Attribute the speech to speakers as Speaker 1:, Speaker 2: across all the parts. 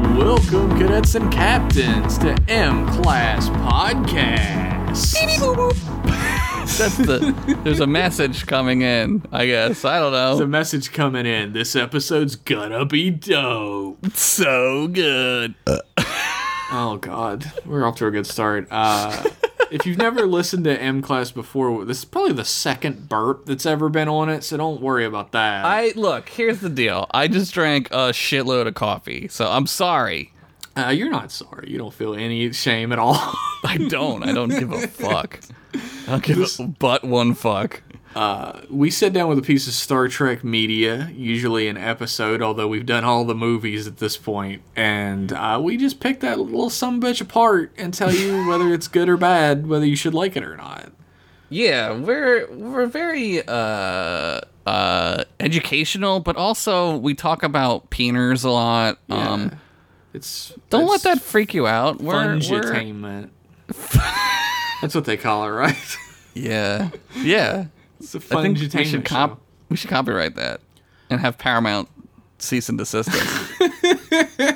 Speaker 1: Welcome, cadets and captains, to M Class Podcast.
Speaker 2: That's the. There's a message coming in. I guess I don't know.
Speaker 1: The message coming in. This episode's gonna be dope.
Speaker 2: so good.
Speaker 1: Oh God, we're off to a good start. Uh, if you've never listened to M Class before, this is probably the second burp that's ever been on it, so don't worry about that.
Speaker 2: I look. Here's the deal. I just drank a shitload of coffee, so I'm sorry.
Speaker 1: uh, you're not sorry. You don't feel any shame at all.
Speaker 2: I don't. I don't give a fuck. I don't give a but one fuck.
Speaker 1: we sit down with a piece of Star Trek media, usually an episode, although we've done all the movies at this point, and uh, we just pick that little some bitch apart and tell you whether it's good or bad, whether you should like it or not.
Speaker 2: Yeah, we're we're very uh uh educational, but also we talk about peeners a lot. Um,
Speaker 1: It's
Speaker 2: don't let
Speaker 1: it's
Speaker 2: that freak you out. We're, we're
Speaker 1: fungitainment. That's what they call it, right?
Speaker 2: yeah yeah.
Speaker 1: It's a
Speaker 2: I think we
Speaker 1: fungitainment
Speaker 2: should
Speaker 1: show.
Speaker 2: cop- we should copyright that and have Paramount cease and desist us.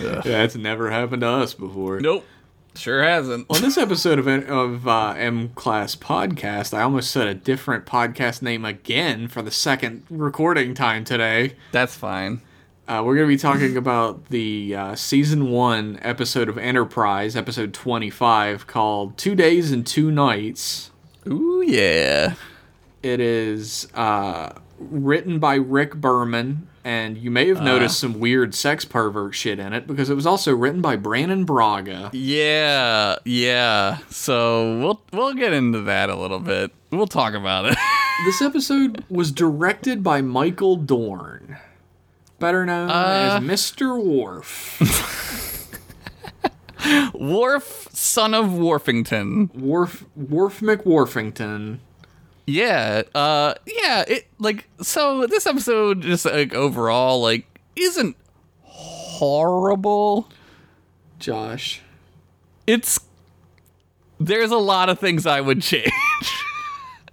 Speaker 1: Yeah, it's never happened to us before.
Speaker 2: nope, sure hasn't.
Speaker 1: On this episode of, of uh, M Class Podcast, I almost said a different podcast name again for the second recording time today.
Speaker 2: That's fine.
Speaker 1: Uh, we're going to be talking about the uh, season one episode of Enterprise, episode 25, called Two Days and Two Nights.
Speaker 2: Ooh yeah.
Speaker 1: It is uh, written by Rick Berman, and you may have noticed some weird sex pervert shit in it because it was also written by Brandon Braga.
Speaker 2: Yeah, yeah. So we'll we'll get into that a little bit. We'll talk about it.
Speaker 1: This episode was directed by Michael Dorn, better known
Speaker 2: Uh.
Speaker 1: as Mr. Worf.
Speaker 2: Worf, son of Worfington.
Speaker 1: Worf, Worf McWorfington.
Speaker 2: Yeah, uh, yeah. It like so. This episode just like overall like isn't horrible.
Speaker 1: Josh.
Speaker 2: It's there's a lot of things I would change.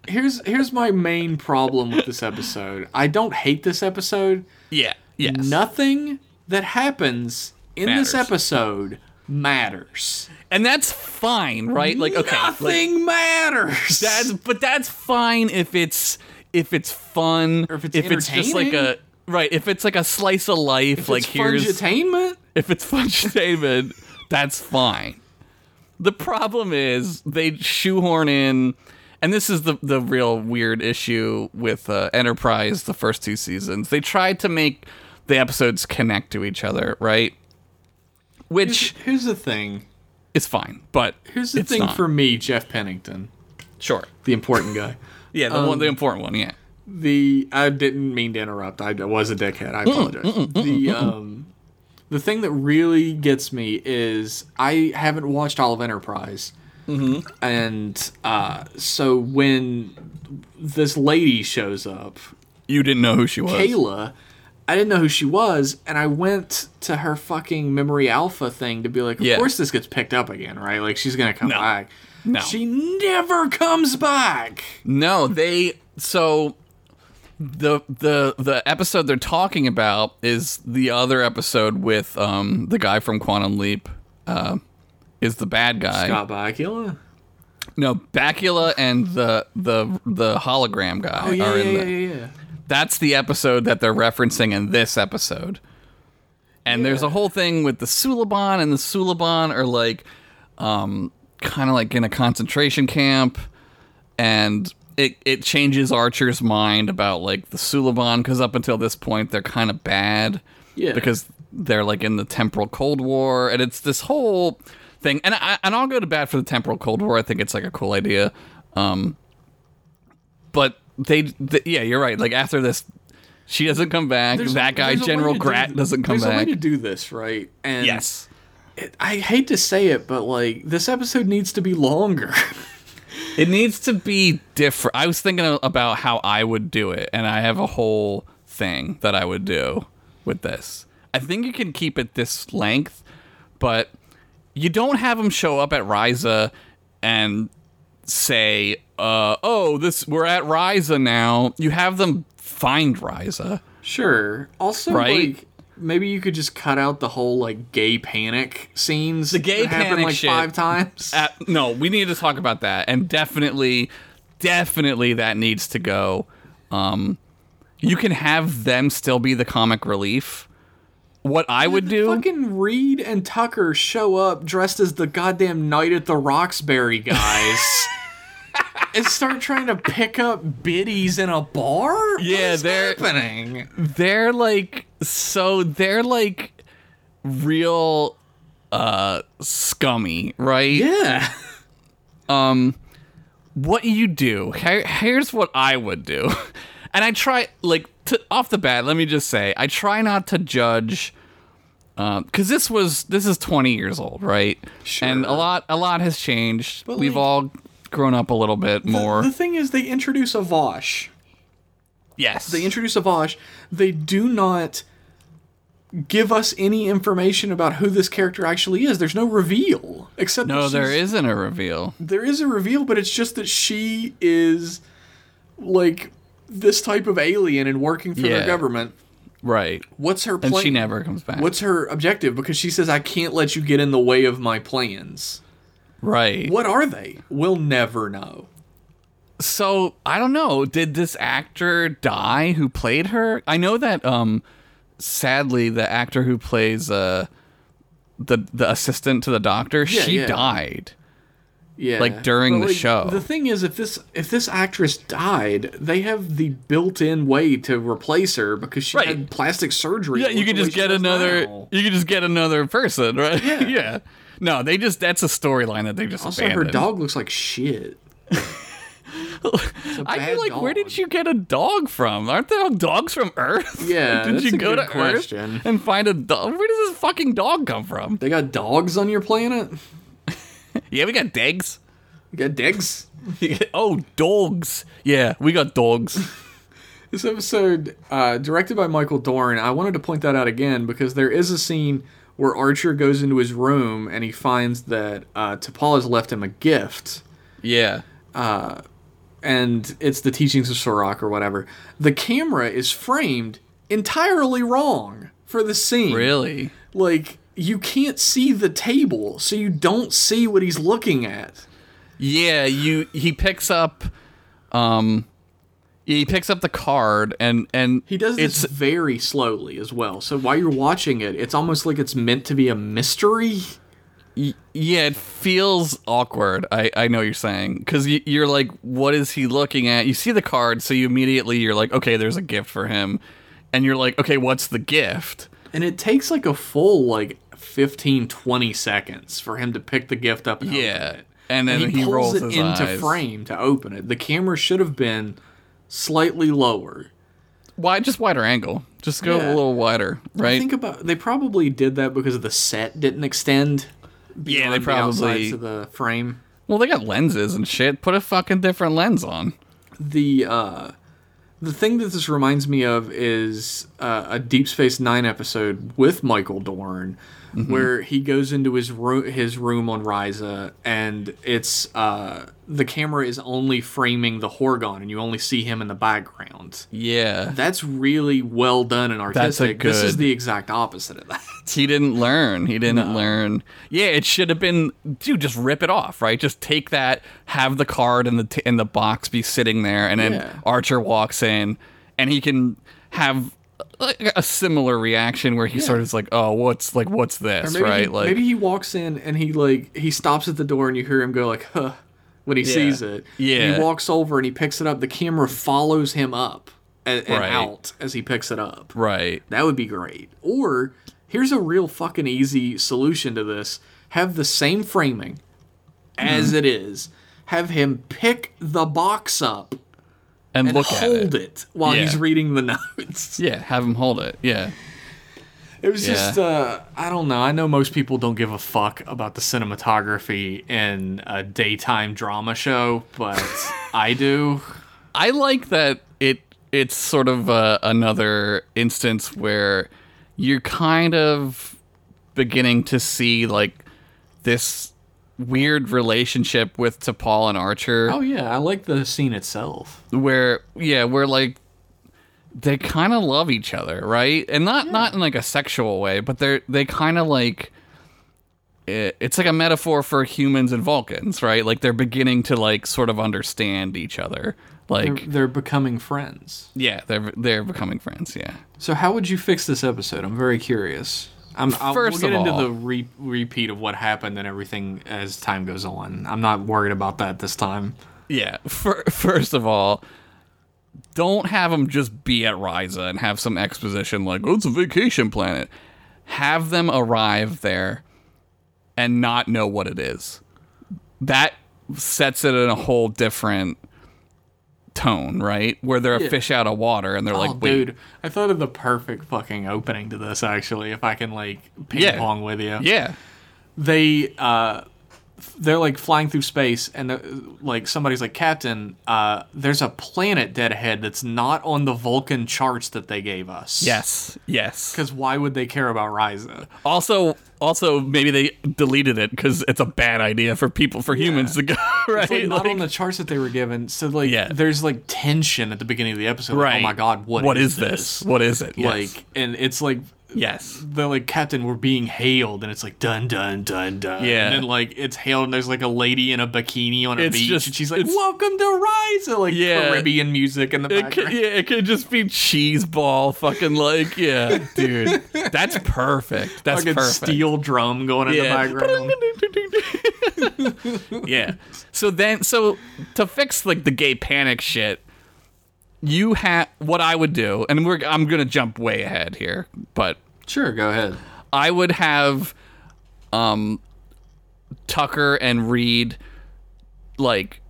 Speaker 1: here's here's my main problem with this episode. I don't hate this episode.
Speaker 2: yeah. Yes.
Speaker 1: Nothing that happens in this
Speaker 2: Matters.
Speaker 1: episode matters.
Speaker 2: and that's fine, right? Like okay, like,
Speaker 1: Nothing matters.
Speaker 2: that's but that's fine if it's if it's fun or
Speaker 1: if it's
Speaker 2: just like a
Speaker 1: entertaining.
Speaker 2: right if it's like a slice of life like
Speaker 1: it's
Speaker 2: here's
Speaker 1: entertainment.
Speaker 2: if it's fun entertainment that's fine. The problem is they shoehorn in, and this is the the real weird issue with uh, Enterprise. The first two seasons they tried to make the episodes connect to each other, right? Which
Speaker 1: Here's the thing.
Speaker 2: is fine, but
Speaker 1: Here's the
Speaker 2: it's
Speaker 1: thing
Speaker 2: not.
Speaker 1: for me, Jeff Pennington,
Speaker 2: sure.
Speaker 1: the important guy.
Speaker 2: Yeah, the one, the important one. Yeah.
Speaker 1: the I didn't mean to interrupt. I was a dickhead.
Speaker 2: Mm,
Speaker 1: I apologize. the um the thing that really gets me is I haven't watched all of Enterprise. Mm-hmm. And uh, so when this lady shows up,
Speaker 2: You didn't know who she was.
Speaker 1: Kayla, I didn't know who she was, and I went to her fucking memory alpha thing to be like, of
Speaker 2: Yeah.
Speaker 1: course this gets picked up again, right? Like she's gonna come back.
Speaker 2: No.
Speaker 1: She never comes back.
Speaker 2: No, they so the the the episode they're talking about is the other episode with um the guy from Quantum Leap uh, is the bad guy.
Speaker 1: Not by Kayla.
Speaker 2: No, Bakula and the the the hologram guy
Speaker 1: Oh yeah,
Speaker 2: are
Speaker 1: yeah,
Speaker 2: in
Speaker 1: yeah,
Speaker 2: the,
Speaker 1: yeah, yeah.
Speaker 2: that's the episode that they're referencing in this episode. And there's a whole thing with the Suliban, and the Suliban are like, um, kind of like in a concentration camp, and it it changes Archer's mind about like the Suliban because up until this point they're kind of bad,
Speaker 1: Yeah.
Speaker 2: because they're like in the temporal Cold War, and it's this whole thing. And I and I'll go to bat for the temporal Cold War. I think it's like a cool idea. Um, but they, th- yeah, you're right. Like after this, she doesn't come back.
Speaker 1: There's-
Speaker 2: that guy,
Speaker 1: there's a way
Speaker 2: General
Speaker 1: to do
Speaker 2: Grat,
Speaker 1: th-
Speaker 2: doesn't come
Speaker 1: there's a
Speaker 2: back.
Speaker 1: way to do this, right? And
Speaker 2: yes.
Speaker 1: it- I hate to say it, but like this episode needs to be longer.
Speaker 2: It needs to be different. I was thinking a- about how I would do it, and I have a whole thing that I would do with this. I think you can keep it this length, but you don't have them show up at Ryza and say, uh, "Oh, this we're at Ryza now." You have them find Ryza.
Speaker 1: sure. Also,
Speaker 2: Right?
Speaker 1: like maybe you could just cut out the whole like gay panic scenes. The
Speaker 2: gay panic
Speaker 1: like
Speaker 2: shit.
Speaker 1: five times.
Speaker 2: Uh, no, we need to talk about that, and definitely, definitely that needs to go. Um, you can have them still be the comic relief. What I would do,
Speaker 1: Fucking Reed and Tucker show up dressed as the goddamn Night at the Roxbury guys. And start trying to pick up biddies in a bar?
Speaker 2: Yeah,
Speaker 1: what is
Speaker 2: they're-
Speaker 1: happening.
Speaker 2: they're like so they're like real uh scummy, right?
Speaker 1: Yeah,
Speaker 2: what you do here, here's what i would do and i try like to, off the bat let me just say i try not to judge because this was this is 20 years old right
Speaker 1: Sure.
Speaker 2: and a lot a lot has changed
Speaker 1: But,
Speaker 2: we've
Speaker 1: like-
Speaker 2: all grown up a little bit more
Speaker 1: The thing is, they introduce a Vosh.
Speaker 2: yes
Speaker 1: They introduce a Vosh. They do not give us any information about who this character actually is. There's no reveal, except
Speaker 2: no
Speaker 1: that
Speaker 2: there
Speaker 1: she's-
Speaker 2: isn't a reveal
Speaker 1: there is a reveal, but it's just that she is like this type of alien and working for
Speaker 2: Yeah.
Speaker 1: their government.
Speaker 2: right
Speaker 1: What's her
Speaker 2: and
Speaker 1: plan?
Speaker 2: she never comes back
Speaker 1: What's her objective? Because she says, "I can't let you get in the way of my plans."
Speaker 2: right
Speaker 1: What are they? We'll never know.
Speaker 2: so I don't know. Did this actor die who played her? I know that um sadly the actor who plays uh the the assistant to the doctor, she
Speaker 1: yeah.
Speaker 2: died.
Speaker 1: Yeah.
Speaker 2: Like, during
Speaker 1: But,
Speaker 2: the show.
Speaker 1: The thing is if this if this actress died, they have the built-in way to replace her because she
Speaker 2: Right.
Speaker 1: had plastic surgery.
Speaker 2: Yeah, you
Speaker 1: Look
Speaker 2: could
Speaker 1: the way
Speaker 2: just
Speaker 1: she
Speaker 2: get
Speaker 1: does
Speaker 2: another
Speaker 1: now.
Speaker 2: you could just get another person, right? Yeah. No, they just that's a storyline that they just
Speaker 1: Also
Speaker 2: abandoned.
Speaker 1: her dog looks like shit.
Speaker 2: I feel
Speaker 1: bad
Speaker 2: like where
Speaker 1: dog.
Speaker 2: did you get a dog from? Aren't there dogs from Earth?
Speaker 1: Yeah,
Speaker 2: did
Speaker 1: that's
Speaker 2: you
Speaker 1: a
Speaker 2: go
Speaker 1: good
Speaker 2: to
Speaker 1: question.
Speaker 2: Earth and find a dog? Where does this fucking dog come from?
Speaker 1: They got dogs on your planet?
Speaker 2: Yeah, we got dogs.
Speaker 1: You got digs?
Speaker 2: oh, dogs. Yeah, we got dogs.
Speaker 1: This episode, uh, directed by Michael Dorn, I wanted to point that out again because there is a scene where Archer goes into his room and he finds that uh, T'Pol has left him a gift.
Speaker 2: yeah.
Speaker 1: and it's the teachings of Sorok or whatever. The camera is framed entirely wrong for the scene.
Speaker 2: Really?
Speaker 1: Like you can't see the table, so you don't see what he's looking at.
Speaker 2: Yeah, you he picks up um he picks up the card and and
Speaker 1: He does this
Speaker 2: it's
Speaker 1: very slowly as well. So while you're watching it, it's almost like it's meant to be a mystery.
Speaker 2: yeah, it feels awkward. I I know what you're saying cuz you, you're like what is he looking at? You see the card so you immediately you're like okay, there's a gift for him. And you're like okay, what's the gift?
Speaker 1: And it takes like a full like 15 20 seconds for him to pick the gift up and open
Speaker 2: Yeah.
Speaker 1: it.
Speaker 2: And then
Speaker 1: Oh, And
Speaker 2: he,
Speaker 1: he, pulls
Speaker 2: rolls
Speaker 1: it
Speaker 2: his
Speaker 1: into
Speaker 2: eyes.
Speaker 1: frame to open it. The camera should have been slightly lower.
Speaker 2: Why just wider angle? Just go
Speaker 1: Yeah.
Speaker 2: a little wider, right?
Speaker 1: think about they probably did that because the set didn't extend
Speaker 2: yeah,
Speaker 1: on
Speaker 2: they
Speaker 1: the
Speaker 2: probably
Speaker 1: outsides of the frame
Speaker 2: Well, they got lenses and shit. Put a fucking different lens on.
Speaker 1: the uh the thing that this reminds me of is uh, a Deep Space Nine episode with Michael Dorn,
Speaker 2: Mm-hmm.
Speaker 1: where he goes into his room, his room on Ryza, and it's uh, the camera is only framing the Horgon, and you only see him in the background.
Speaker 2: Yeah.
Speaker 1: That's really well done and artistic.
Speaker 2: That's a
Speaker 1: This is
Speaker 2: good-
Speaker 1: the exact opposite of that.
Speaker 2: He didn't learn. He didn't learn. Yeah, it should have been dude, just rip it off, right? Just take that, have the card and the t- and the box be sitting there and then
Speaker 1: Yeah.
Speaker 2: Archer walks in and he can have like a similar reaction where he sort of is like, "Oh, what's like what's this?"
Speaker 1: Maybe
Speaker 2: right?
Speaker 1: He,
Speaker 2: like
Speaker 1: maybe he walks in and he like he stops at the door and you hear him go like huh when he sees it.
Speaker 2: Yeah.
Speaker 1: He walks over and he picks it up. The camera follows him up and, and
Speaker 2: Right.
Speaker 1: out as he picks it up.
Speaker 2: right.
Speaker 1: That would be great. Or here's a real fucking easy solution to this. Have the same framing
Speaker 2: Mm-hmm.
Speaker 1: as it is. Have him pick the box up
Speaker 2: And,
Speaker 1: and
Speaker 2: look at it.
Speaker 1: hold it. while
Speaker 2: Yeah.
Speaker 1: he's reading the notes.
Speaker 2: Yeah, have him hold it. Yeah.
Speaker 1: It was
Speaker 2: Yeah.
Speaker 1: just uh, I don't know. I know most people don't give a fuck about the cinematography in a daytime drama show, but I do.
Speaker 2: I like that it it's sort of uh, another instance where you're kind of beginning to see like this weird relationship with T'Pol and Archer
Speaker 1: Oh yeah, I like the scene itself.
Speaker 2: where yeah, where like they kind of love each other, right? And not not in like a sexual way, but they're they kind of like it, it's like a metaphor for humans and Vulcans, right? Like they're beginning to like sort of understand each other. Like
Speaker 1: They're, they're becoming friends.
Speaker 2: yeah, they're they're becoming friends. Yeah.
Speaker 1: So how would you fix this episode? I'm very curious. I'm, I'll,
Speaker 2: First
Speaker 1: we'll
Speaker 2: of
Speaker 1: get
Speaker 2: all-
Speaker 1: into the re- repeat of what happened and everything as time goes on. I'm not worried about that this time.
Speaker 2: Yeah. Fir first of all, don't have them just be at Ryza and have some exposition like, "Oh, it's a vacation planet." Have them arrive there and not know what it is. That sets it in a whole different tone, right? Where they're a fish out of water and they're
Speaker 1: Oh,
Speaker 2: like, "Wait,
Speaker 1: dude, I thought of the perfect fucking opening to this. Actually, if I can like ping
Speaker 2: Yeah.
Speaker 1: pong with you,
Speaker 2: yeah."
Speaker 1: they uh f- they're like flying through space and the, like somebody's like captain uh there's a planet dead ahead that's not on the vulcan charts that they gave us
Speaker 2: Yes. Yes.
Speaker 1: because why would they care about Ryza?
Speaker 2: Also, also maybe they deleted it cuz it's a bad idea for people for humans to go, right?
Speaker 1: Like, not
Speaker 2: Like-
Speaker 1: on the charts that they were given. So like,
Speaker 2: Yeah.
Speaker 1: there's like tension at the beginning of the episode. like,
Speaker 2: right.
Speaker 1: oh my god,
Speaker 2: what is this? What is it? Yes.
Speaker 1: Like, and it's like
Speaker 2: Yes.
Speaker 1: they're like captain we're being hailed and it's like dun dun dun dun
Speaker 2: Yeah.
Speaker 1: and then like it's hailed and there's like a lady in a bikini on a
Speaker 2: It's
Speaker 1: beach
Speaker 2: just-
Speaker 1: and she's like
Speaker 2: it's-
Speaker 1: welcome to Ryza like
Speaker 2: Yeah.
Speaker 1: caribbean music in the
Speaker 2: It could,
Speaker 1: background
Speaker 2: yeah, it could just be cheese ball, fucking like, yeah, dude. That's perfect. That's
Speaker 1: like a
Speaker 2: perfect.
Speaker 1: steel drum going
Speaker 2: yeah.
Speaker 1: in the background
Speaker 2: yeah. So then, so to fix like the gay panic shit, you have what I would do, and we're I'm gonna jump way ahead here, but
Speaker 1: sure go ahead
Speaker 2: I would have um Tucker and Reed like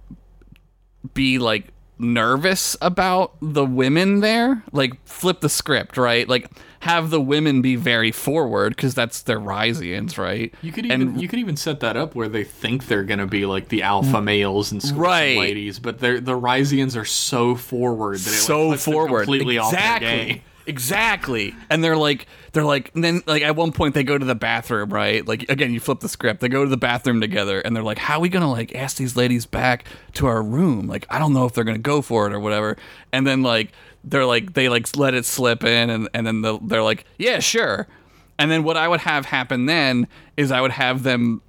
Speaker 2: be like nervous about the women there like flip the script right like have the women be very forward because that's their Ryzians right
Speaker 1: you could even you could even set that up where they think they're gonna be like the alpha males and school
Speaker 2: Mm. Right.
Speaker 1: ladies but they're the Ryzians are so forward that it
Speaker 2: so
Speaker 1: like, puts them
Speaker 2: forward
Speaker 1: completely off their
Speaker 2: exactly
Speaker 1: game.
Speaker 2: exactly and they're like they're like and then like at one point they go to the bathroom right like again you flip the script they go to the bathroom together and they're like how are we gonna like ask these ladies back to our room like i don't know if they're gonna go for it or whatever and then like they're like they like let it slip in and, and then they'll- they're like yeah sure and then what i would have happen then is i would have them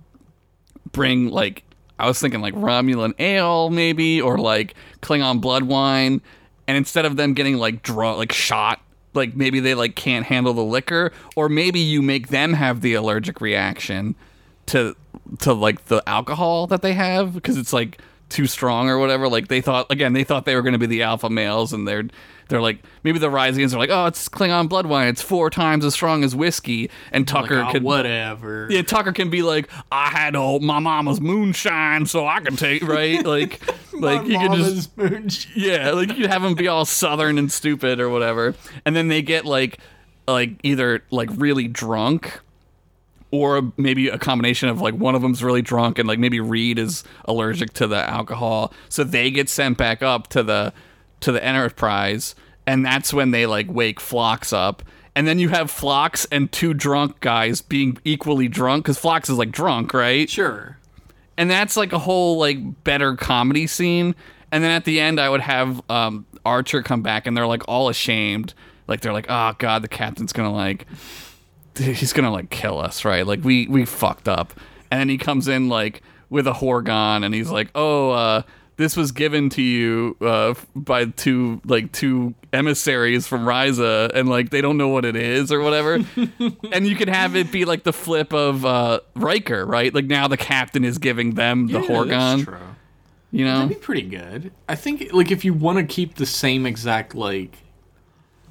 Speaker 2: bring like I was thinking like Romulan ale maybe or like Klingon blood wine and instead of them getting like drunk like shot like maybe they like can't handle the liquor or maybe you make them have the allergic reaction to to like the alcohol that they have because it's like too strong or whatever like they thought again they thought they were going to be the alpha males and they're they're like maybe the Ryzians are like oh it's Klingon blood wine it's four times as strong as whiskey and Tucker
Speaker 1: Like, "Ah,
Speaker 2: could
Speaker 1: whatever
Speaker 2: yeah, Tucker can be like, I had old my mama's moonshine, so I can take right, like, like you could just yeah, like you could have him be all southern and stupid or whatever, and then they get like, like either like really drunk, or maybe a combination of like one of them's really drunk and like maybe Reed is allergic to the alcohol, so they get sent back up to the to the Enterprise, and that's when they like wake Flocks up. And then you have Flocks and two drunk guys being equally drunk because Flocks is like drunk, right?
Speaker 1: sure
Speaker 2: and that's like a whole like better comedy scene and then at the end i would have um, archer come back and they're like all ashamed like they're like oh god the captain's gonna like he's gonna like kill us right like we we fucked up and then he comes in like with a horgon and he's like oh uh this was given to you uh, by two like two emissaries from Ryza, and like they don't know what it is or whatever. and you could have it be like the flip of uh, Riker, right? Like now the captain is giving them the
Speaker 1: Yeah, that's
Speaker 2: Horgon,
Speaker 1: true.
Speaker 2: you know?
Speaker 1: That'd be pretty good. I think like if you want to keep the same exact like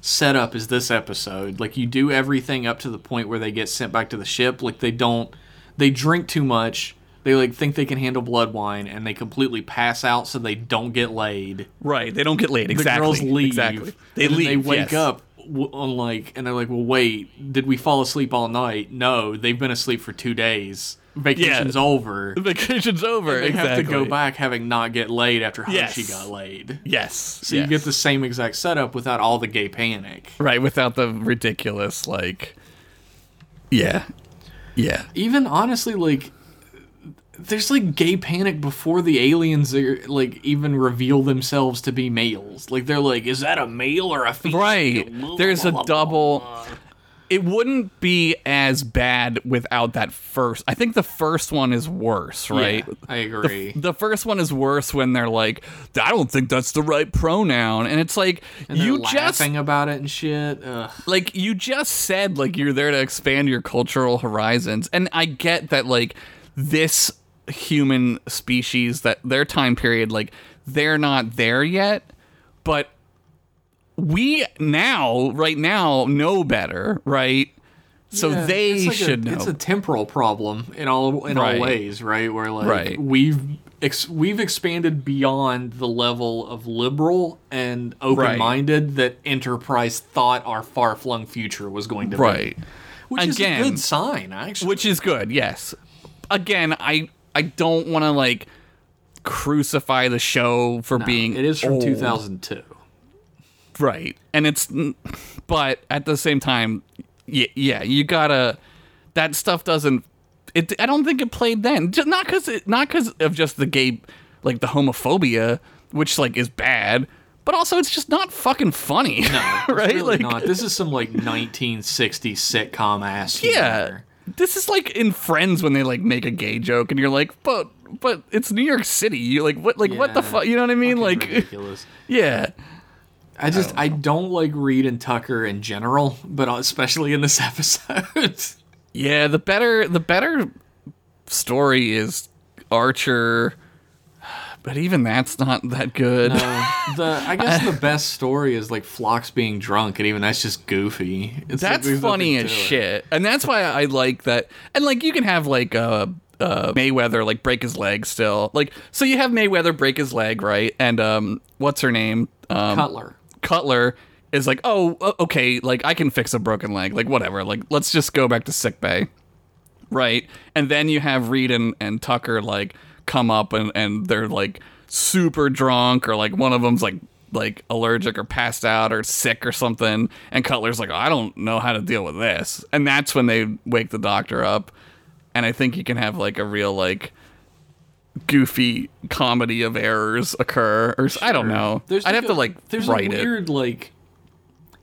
Speaker 1: setup as this episode, like you do everything up to the point where they get sent back to the ship, like they don't they drink too much. They like think they can handle blood wine and they completely pass out so they don't get laid.
Speaker 2: Right? They don't get laid.
Speaker 1: The
Speaker 2: Exactly.
Speaker 1: girls leave.
Speaker 2: Exactly. They
Speaker 1: and then
Speaker 2: leave.
Speaker 1: They wake
Speaker 2: yes.
Speaker 1: up w- on like and they're like, "Well, wait, did we fall asleep all night?" No, they've been asleep for 2 days. Vacation's over.
Speaker 2: The vacation's over.
Speaker 1: They
Speaker 2: exactly.
Speaker 1: have to go back having not get laid after Hachi
Speaker 2: Yes.
Speaker 1: got laid.
Speaker 2: Yes.
Speaker 1: So you get the same exact setup without all the gay panic.
Speaker 2: right without the ridiculous like. Yeah. Yeah.
Speaker 1: Even honestly, like there's like gay panic before the aliens are like even reveal themselves to be males. Like they're like, is that a male or a female?
Speaker 2: Right. There's a double. It wouldn't be as bad without that first. I think the first one is worse, right?
Speaker 1: Yeah, I agree.
Speaker 2: The first one is worse when they're like, I don't think that's the right pronoun. And it's like,
Speaker 1: and they're
Speaker 2: you just
Speaker 1: laughing about it and shit. Ugh.
Speaker 2: like you just said like you're there to expand your cultural horizons and i get that like this human species that their time period like they're not there yet but we now right now know better right so
Speaker 1: Yeah,
Speaker 2: they
Speaker 1: it's like a-
Speaker 2: should know
Speaker 1: It's a temporal problem in all in
Speaker 2: Right.
Speaker 1: all ways, right? Where like
Speaker 2: Right.
Speaker 1: we've ex- we've expanded beyond the level of liberal and open-minded that enterprise thought our far-flung future was going to be.
Speaker 2: right
Speaker 1: Which
Speaker 2: Again-
Speaker 1: is a good sign, actually.
Speaker 2: which is good yes again i i don't want to like crucify the show for being
Speaker 1: it is from
Speaker 2: old.
Speaker 1: 2002.
Speaker 2: Right. And it's but at the same time yeah, yeah, you got to that stuff doesn't it I don't think it played then. Just not cuz it not cuz of just the gay like the homophobia which like is bad, but also it's just not fucking funny.
Speaker 1: No,
Speaker 2: right?
Speaker 1: Really
Speaker 2: like
Speaker 1: not. This is some like 1960s sitcom ass.
Speaker 2: yeah.
Speaker 1: humor.
Speaker 2: This is like in Friends when they like make a gay joke and you're like, "But but it's New York City." You like what like what the
Speaker 1: Yeah.
Speaker 2: fuck, you know what I mean?
Speaker 1: Fucking
Speaker 2: Like
Speaker 1: ridiculous.
Speaker 2: yeah.
Speaker 1: I just I don't, like Reed and Tucker in general, but especially in this episode.
Speaker 2: Yeah, the better the better story is Archer, but even that's not that good.
Speaker 1: Uh, the I guess the best story is like Phlox being drunk, and even that's just goofy. It's like,
Speaker 2: that's
Speaker 1: there's
Speaker 2: funny
Speaker 1: nothing
Speaker 2: as
Speaker 1: to it.
Speaker 2: shit, and that's why I like that. And like you can have like uh, uh Mayweather like break his leg still, like so you have Mayweather break his leg right, and um what's her name um
Speaker 1: Cutler.
Speaker 2: Cutler is like oh o- okay like I can fix a broken leg like whatever like let's just go back to sick bay. Right. And then you have Reed and, and Tucker like come up and, and they're like super drunk or like one of them's like like allergic or passed out or sick or something and Cutler's like I don't know how to deal with this. And that's when they wake the doctor up. And I think you can have like a real like goofy comedy of errors occur or s I don't know.
Speaker 1: There's
Speaker 2: I'd have
Speaker 1: a-
Speaker 2: to like
Speaker 1: there's
Speaker 2: write
Speaker 1: a
Speaker 2: it.
Speaker 1: weird like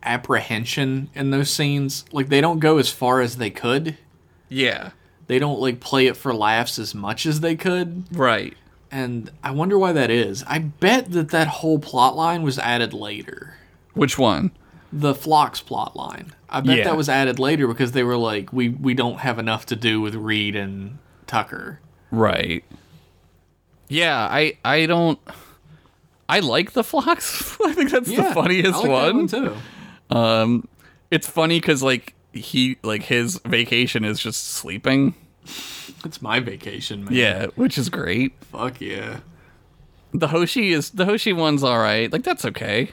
Speaker 1: apprehension in those scenes. Like they don't go as far as they could.
Speaker 2: Yeah.
Speaker 1: They don't like play it for laughs as much as they could.
Speaker 2: Right.
Speaker 1: And I wonder why that is. I bet that that whole plot line was added later.
Speaker 2: Which one?
Speaker 1: the Phlox plot line. I bet
Speaker 2: Yeah.
Speaker 1: that was added later because they were like, we we don't have enough to do with Reed and Tucker.
Speaker 2: Right. Yeah, I I don't I like the flocks. I think that's the funniest
Speaker 1: I like that
Speaker 2: one.
Speaker 1: too.
Speaker 2: Um it's funny cuz like he like his vacation is just sleeping.
Speaker 1: It's my vacation, man.
Speaker 2: Yeah, which is great.
Speaker 1: Fuck yeah.
Speaker 2: The Hoshi is the Hoshi one's all right. Like that's okay.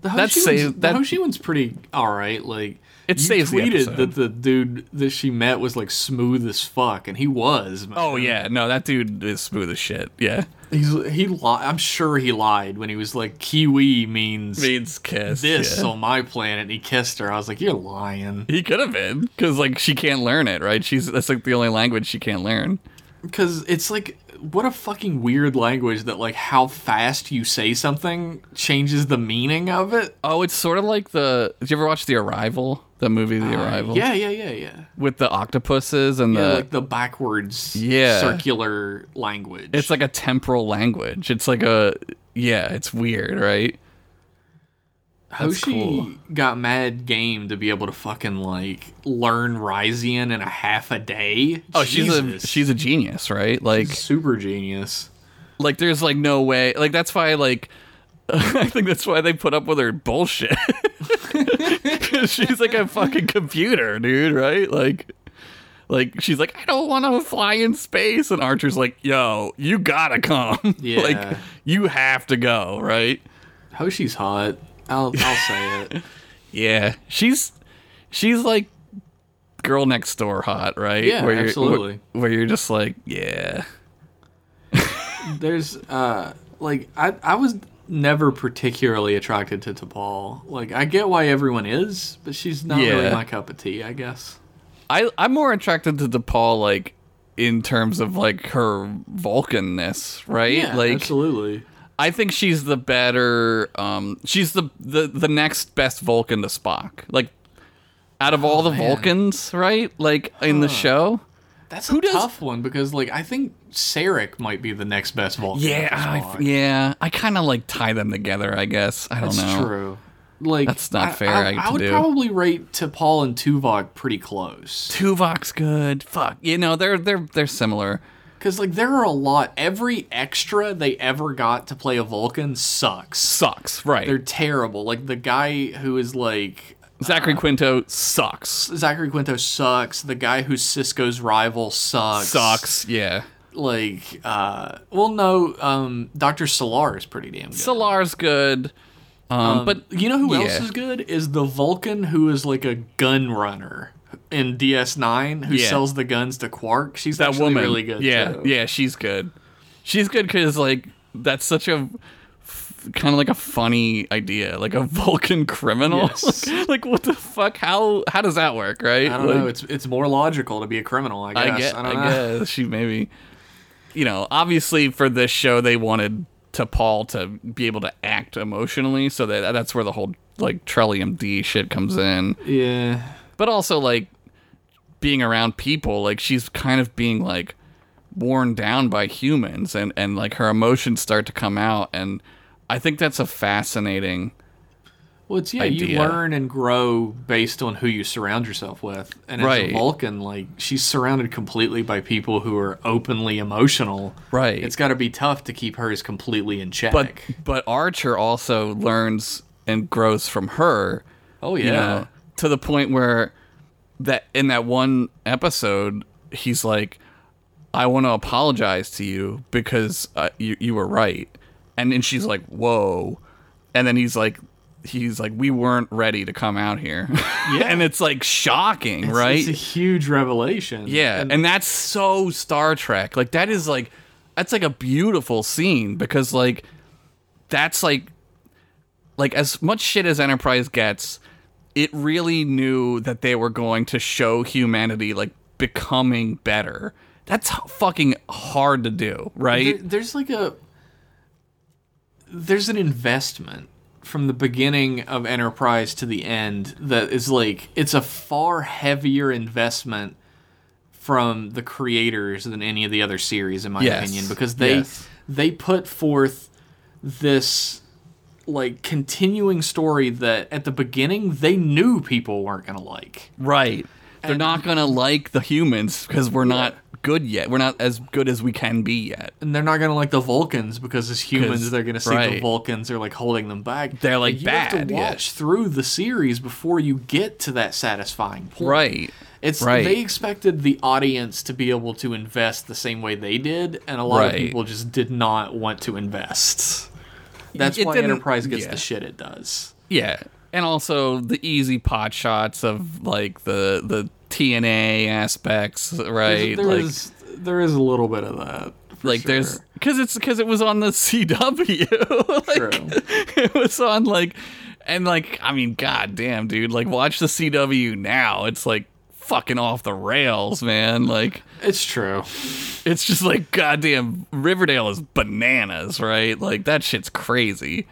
Speaker 1: The Hoshi,
Speaker 2: That's
Speaker 1: one's,
Speaker 2: saved-
Speaker 1: the
Speaker 2: that-
Speaker 1: Hoshi one's pretty all right. Like
Speaker 2: It
Speaker 1: you
Speaker 2: saves the
Speaker 1: tweeted
Speaker 2: episode.
Speaker 1: that the dude that she met was like smooth as fuck, and he was. Man.
Speaker 2: Oh yeah, no, that dude is smooth as shit. Yeah.
Speaker 1: he's he. Li- I'm sure he lied when he was like Kiwi means
Speaker 2: Means kiss.
Speaker 1: this
Speaker 2: yeah.
Speaker 1: on my planet. And he kissed her. I was like, you're lying.
Speaker 2: He could have been cuz like she can't learn it, right? She's that's like the only language she can't learn.
Speaker 1: because it's like what a fucking weird language that like how fast you say something changes the meaning of it
Speaker 2: Oh, it's sort of like the Did you ever watch The Arrival? The movie The Arrival?
Speaker 1: yeah yeah yeah yeah
Speaker 2: with the octopuses and
Speaker 1: yeah,
Speaker 2: the
Speaker 1: like the backwards
Speaker 2: yeah.
Speaker 1: circular language
Speaker 2: it's like a temporal language it's like a yeah it's weird right
Speaker 1: hoshi
Speaker 2: cool.
Speaker 1: got mad game to be able to fucking like learn Ryzian in a half a day
Speaker 2: oh she's a
Speaker 1: Jesus.
Speaker 2: she's a genius right like
Speaker 1: super genius
Speaker 2: like there's like no way like that's why like i think that's why they put up with her bullshit 'Cause she's like a fucking computer dude right like like she's like i don't want to fly in space and archer's like yo you gotta come
Speaker 1: Yeah.
Speaker 2: like you have to go right
Speaker 1: hoshi's hot i'll, I'll say it
Speaker 2: Yeah, she's she's like girl next door hot, right?
Speaker 1: Yeah,
Speaker 2: you're,
Speaker 1: absolutely.
Speaker 2: Where, you're just like, yeah,
Speaker 1: there's uh like I I was never particularly attracted to T'Pol. Like I get why everyone is, but she's not
Speaker 2: Yeah.
Speaker 1: really my cup of tea, I guess.
Speaker 2: I I'm more attracted to DePaul like in terms of like her Vulcanness, right?
Speaker 1: Yeah,
Speaker 2: like
Speaker 1: absolutely.
Speaker 2: I think she's the better. Um, she's the, the the next best Vulcan to Spock. Like out of all
Speaker 1: Oh,
Speaker 2: the Vulcans, right? Like in the show.
Speaker 1: That's
Speaker 2: Who
Speaker 1: a
Speaker 2: does-
Speaker 1: tough one because, like, I think Sarek might be the next best Vulcan.
Speaker 2: Yeah, I,
Speaker 1: Spock.
Speaker 2: yeah. I kind of like tie them together. I guess I don't
Speaker 1: That's
Speaker 2: know.
Speaker 1: true. Like
Speaker 2: That's not
Speaker 1: I-
Speaker 2: fair,
Speaker 1: I,
Speaker 2: I-
Speaker 1: I
Speaker 2: to
Speaker 1: would
Speaker 2: do.
Speaker 1: probably rate T'Pol and Tuvok pretty close
Speaker 2: Tuvok's good. Fuck, you know they're they're they're similar.
Speaker 1: because like there are a lot. Every extra they ever got to play a Vulcan sucks.
Speaker 2: Sucks, right?
Speaker 1: They're terrible. Like the guy who is like
Speaker 2: Zachary Quinto sucks.
Speaker 1: Zachary Quinto sucks. The guy who's Cisco's rival sucks.
Speaker 2: Sucks. Yeah.
Speaker 1: Like, uh, well, no, um, Doctor Solar is pretty damn good.
Speaker 2: Solar's good. Um, but
Speaker 1: You know who else
Speaker 2: Yeah.
Speaker 1: is good is the Vulcan who is like a gun runner in DS9 who
Speaker 2: Yeah.
Speaker 1: sells the guns to Quark. She's
Speaker 2: that
Speaker 1: actually
Speaker 2: woman,
Speaker 1: really good.
Speaker 2: Yeah,
Speaker 1: too.
Speaker 2: yeah, she's good. She's good because like that's such a f- kind of like a funny idea, like a Vulcan criminal.
Speaker 1: Yes.
Speaker 2: like, what the fuck? How how does that work? Right?
Speaker 1: I don't
Speaker 2: Like,
Speaker 1: know. It's it's more logical to be a criminal, I guess.
Speaker 2: I guess.
Speaker 1: I
Speaker 2: I,
Speaker 1: don't know.
Speaker 2: guess she maybe. You know, obviously for this show they wanted to Paul to be able to act emotionally, so that that's where the whole like Trellium D shit comes in.
Speaker 1: Yeah.
Speaker 2: But also like being around people, like she's kind of being like worn down by humans, and and like her emotions start to come out, and I think that's a fascinating.
Speaker 1: Well, it's yeah. You
Speaker 2: Idea.
Speaker 1: learn and grow based on who you surround yourself with, and as
Speaker 2: Right.
Speaker 1: a Vulcan, like she's surrounded completely by people who are openly emotional.
Speaker 2: Right.
Speaker 1: It's got to be tough to keep hers completely in check.
Speaker 2: but but Archer also learns and grows from her.
Speaker 1: oh yeah.
Speaker 2: you know, to the point where that in that one episode, he's like, "I want to apologize to you because uh, you you were right," and then she's like, "Whoa," and then he's like, "He's like, we weren't ready to come out here," yeah. and it's like shocking, right?
Speaker 1: It's a huge revelation.
Speaker 2: Yeah, and, that's so Star Trek. Like that is like that's like a beautiful scene because like that's like like as much shit as Enterprise gets, it really knew that they were going to show humanity like becoming better. That's h- fucking hard to do, right?
Speaker 1: There- there's like a there's an investment from the beginning of enterprise to the end that is like it's a far heavier investment from the creators than any of the other series in my
Speaker 2: Yes.
Speaker 1: opinion because they
Speaker 2: Yes.
Speaker 1: they put forth this like continuing story that at the beginning they knew people weren't going to like
Speaker 2: right. They're not going to like the humans because we're not good yet. We're not as good as we can be yet.
Speaker 1: and they're not gonna like the Vulcans because as humans
Speaker 2: 'Cause-
Speaker 1: they're gonna see the
Speaker 2: right.
Speaker 1: Vulcans are like holding them back.
Speaker 2: They're, like,
Speaker 1: you have
Speaker 2: bad,
Speaker 1: to
Speaker 2: yeah.
Speaker 1: watch through the series before you get to that satisfying point.
Speaker 2: Right.
Speaker 1: It's
Speaker 2: right.
Speaker 1: they expected the audience to be able to invest the same way they did, and a lot of
Speaker 2: Right.
Speaker 1: people just did not want to invest. That's
Speaker 2: It
Speaker 1: why
Speaker 2: didn't-
Speaker 1: Enterprise gets
Speaker 2: yeah.
Speaker 1: the shit it does.
Speaker 2: Yeah, and also the easy pot shots of like the the TNA aspects,
Speaker 1: There's-
Speaker 2: right?
Speaker 1: there
Speaker 2: like,
Speaker 1: is- there is a little bit of that. for
Speaker 2: like there's
Speaker 1: sure.
Speaker 2: because it's because it was on the CW. like,
Speaker 1: True.
Speaker 2: It was on like, and like I mean, god damn, dude! Like watch the CW now. It's like fucking off the rails, man. Like
Speaker 1: it's true.
Speaker 2: it's just like goddamn Riverdale is bananas, right? Like that shit's crazy.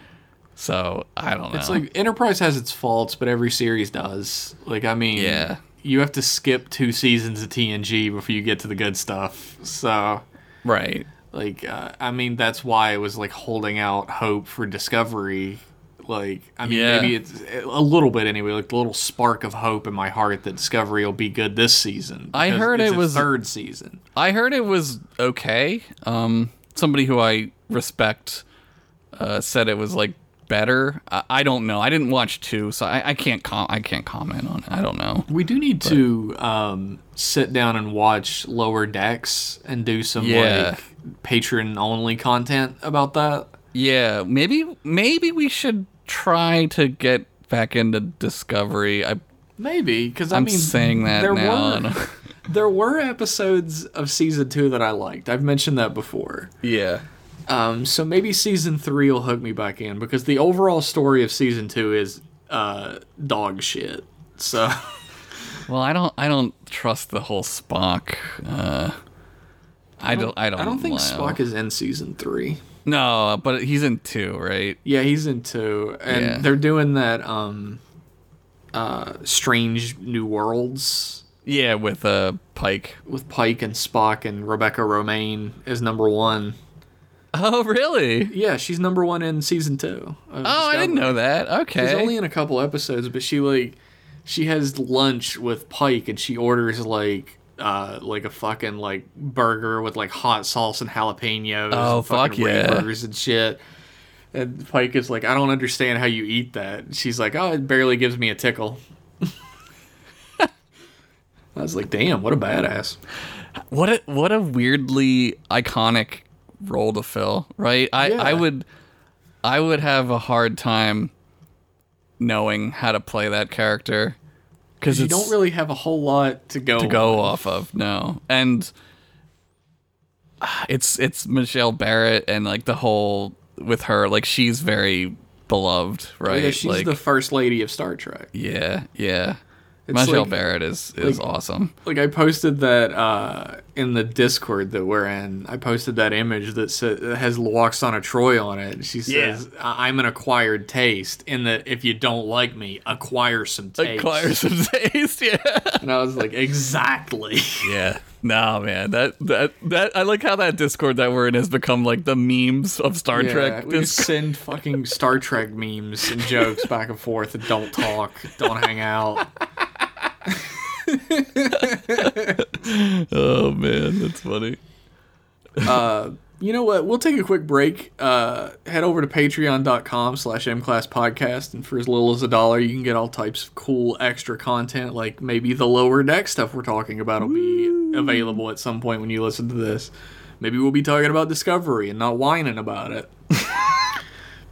Speaker 2: So I don't know.
Speaker 1: It's like Enterprise has its faults, but every series does. Like I mean,
Speaker 2: Yeah.
Speaker 1: you have to skip two seasons of TNG before you get to the good stuff. So,
Speaker 2: right.
Speaker 1: like uh, I mean, that's why I was like holding out hope for Discovery. Like I mean,
Speaker 2: Yeah.
Speaker 1: maybe it's eh, a little bit anyway, like a little spark of hope in my heart that Discovery will be good this season.
Speaker 2: I
Speaker 1: because
Speaker 2: heard
Speaker 1: it's
Speaker 2: it
Speaker 1: its
Speaker 2: was-
Speaker 1: third season.
Speaker 2: I heard it was okay. Um, somebody who I respect uh, said it was like better. I, I don't know. I didn't watch two, so I, I can't com- I can't comment on it. I don't know.
Speaker 1: We do need to um, sit down and watch Lower Decks and do some
Speaker 2: Yeah.
Speaker 1: like patron only content about that.
Speaker 2: Yeah, maybe maybe we should try to get back into Discovery. I,
Speaker 1: Maybe because I
Speaker 2: I'm
Speaker 1: mean,
Speaker 2: saying that
Speaker 1: there
Speaker 2: now.
Speaker 1: were there were episodes of season two that I liked. I've mentioned that before.
Speaker 2: yeah.
Speaker 1: Um, so maybe season three will hook me back in because the overall story of season two is uh, dog shit. So
Speaker 2: Well, I don't I don't trust the whole Spock. Uh, I don't. I don't.
Speaker 1: I don't think
Speaker 2: know.
Speaker 1: Spock is in season three.
Speaker 2: No, but he's in two, right?
Speaker 1: Yeah, he's in two, and
Speaker 2: Yeah.
Speaker 1: they're doing that um, uh, strange new worlds
Speaker 2: Yeah, with uh Pike.
Speaker 1: with Pike and Spock and Rebecca Romaine is number one.
Speaker 2: Oh, really?
Speaker 1: Yeah, she's number one in season two. of
Speaker 2: Oh, I didn't
Speaker 1: Discovery.
Speaker 2: know that. Okay.
Speaker 1: She's only in a couple episodes, but she like she has lunch with Pike and she orders like uh like a fucking like burger with like hot sauce and jalapenos
Speaker 2: Oh,
Speaker 1: and fucking
Speaker 2: fuck yeah.
Speaker 1: wafers and shit. And Pike is like, I don't understand how you eat that. And she's like, Oh, it barely gives me a tickle. I was like, damn, what a badass.
Speaker 2: What a what a weirdly iconic role to fill, right? I,
Speaker 1: Yeah.
Speaker 2: I would I would have a hard time knowing how to play that character because
Speaker 1: You
Speaker 2: it's
Speaker 1: don't really have a whole lot to go.
Speaker 2: to go off of. No, and ah, it's it's Michelle Barrett and like the whole with her, like she's very beloved, right?
Speaker 1: Oh, Yeah, she's
Speaker 2: like,
Speaker 1: the first lady of Star Trek.
Speaker 2: yeah, yeah.
Speaker 1: It's
Speaker 2: Michelle
Speaker 1: like-
Speaker 2: Barrett is is
Speaker 1: like-
Speaker 2: awesome.
Speaker 1: like I posted that uh, in the Discord that we're in. I posted that image that sa- that has walks on a Troy on it. She
Speaker 2: Yeah.
Speaker 1: says, I- "I'm an acquired taste. In that, if you don't like me, acquire some taste."
Speaker 2: Acquire some taste, yeah.
Speaker 1: And I was like, "Exactly."
Speaker 2: Yeah. No, man. That that that I like how that Discord that we're in has become like the memes of Star
Speaker 1: yeah,
Speaker 2: Trek.
Speaker 1: we just
Speaker 2: Discord.
Speaker 1: send fucking Star Trek memes and jokes back and forth, and don't talk, don't hang out.
Speaker 2: Oh man, that's funny.
Speaker 1: You know what? We'll take a quick break. Uh, head over to patreon.com slash mclasspodcast, and for as little as a dollar, you can get all types of cool extra content, like maybe the lower deck stuff we're talking about will be available at some point when you listen to this. Maybe we'll be talking about Discovery and not whining about it.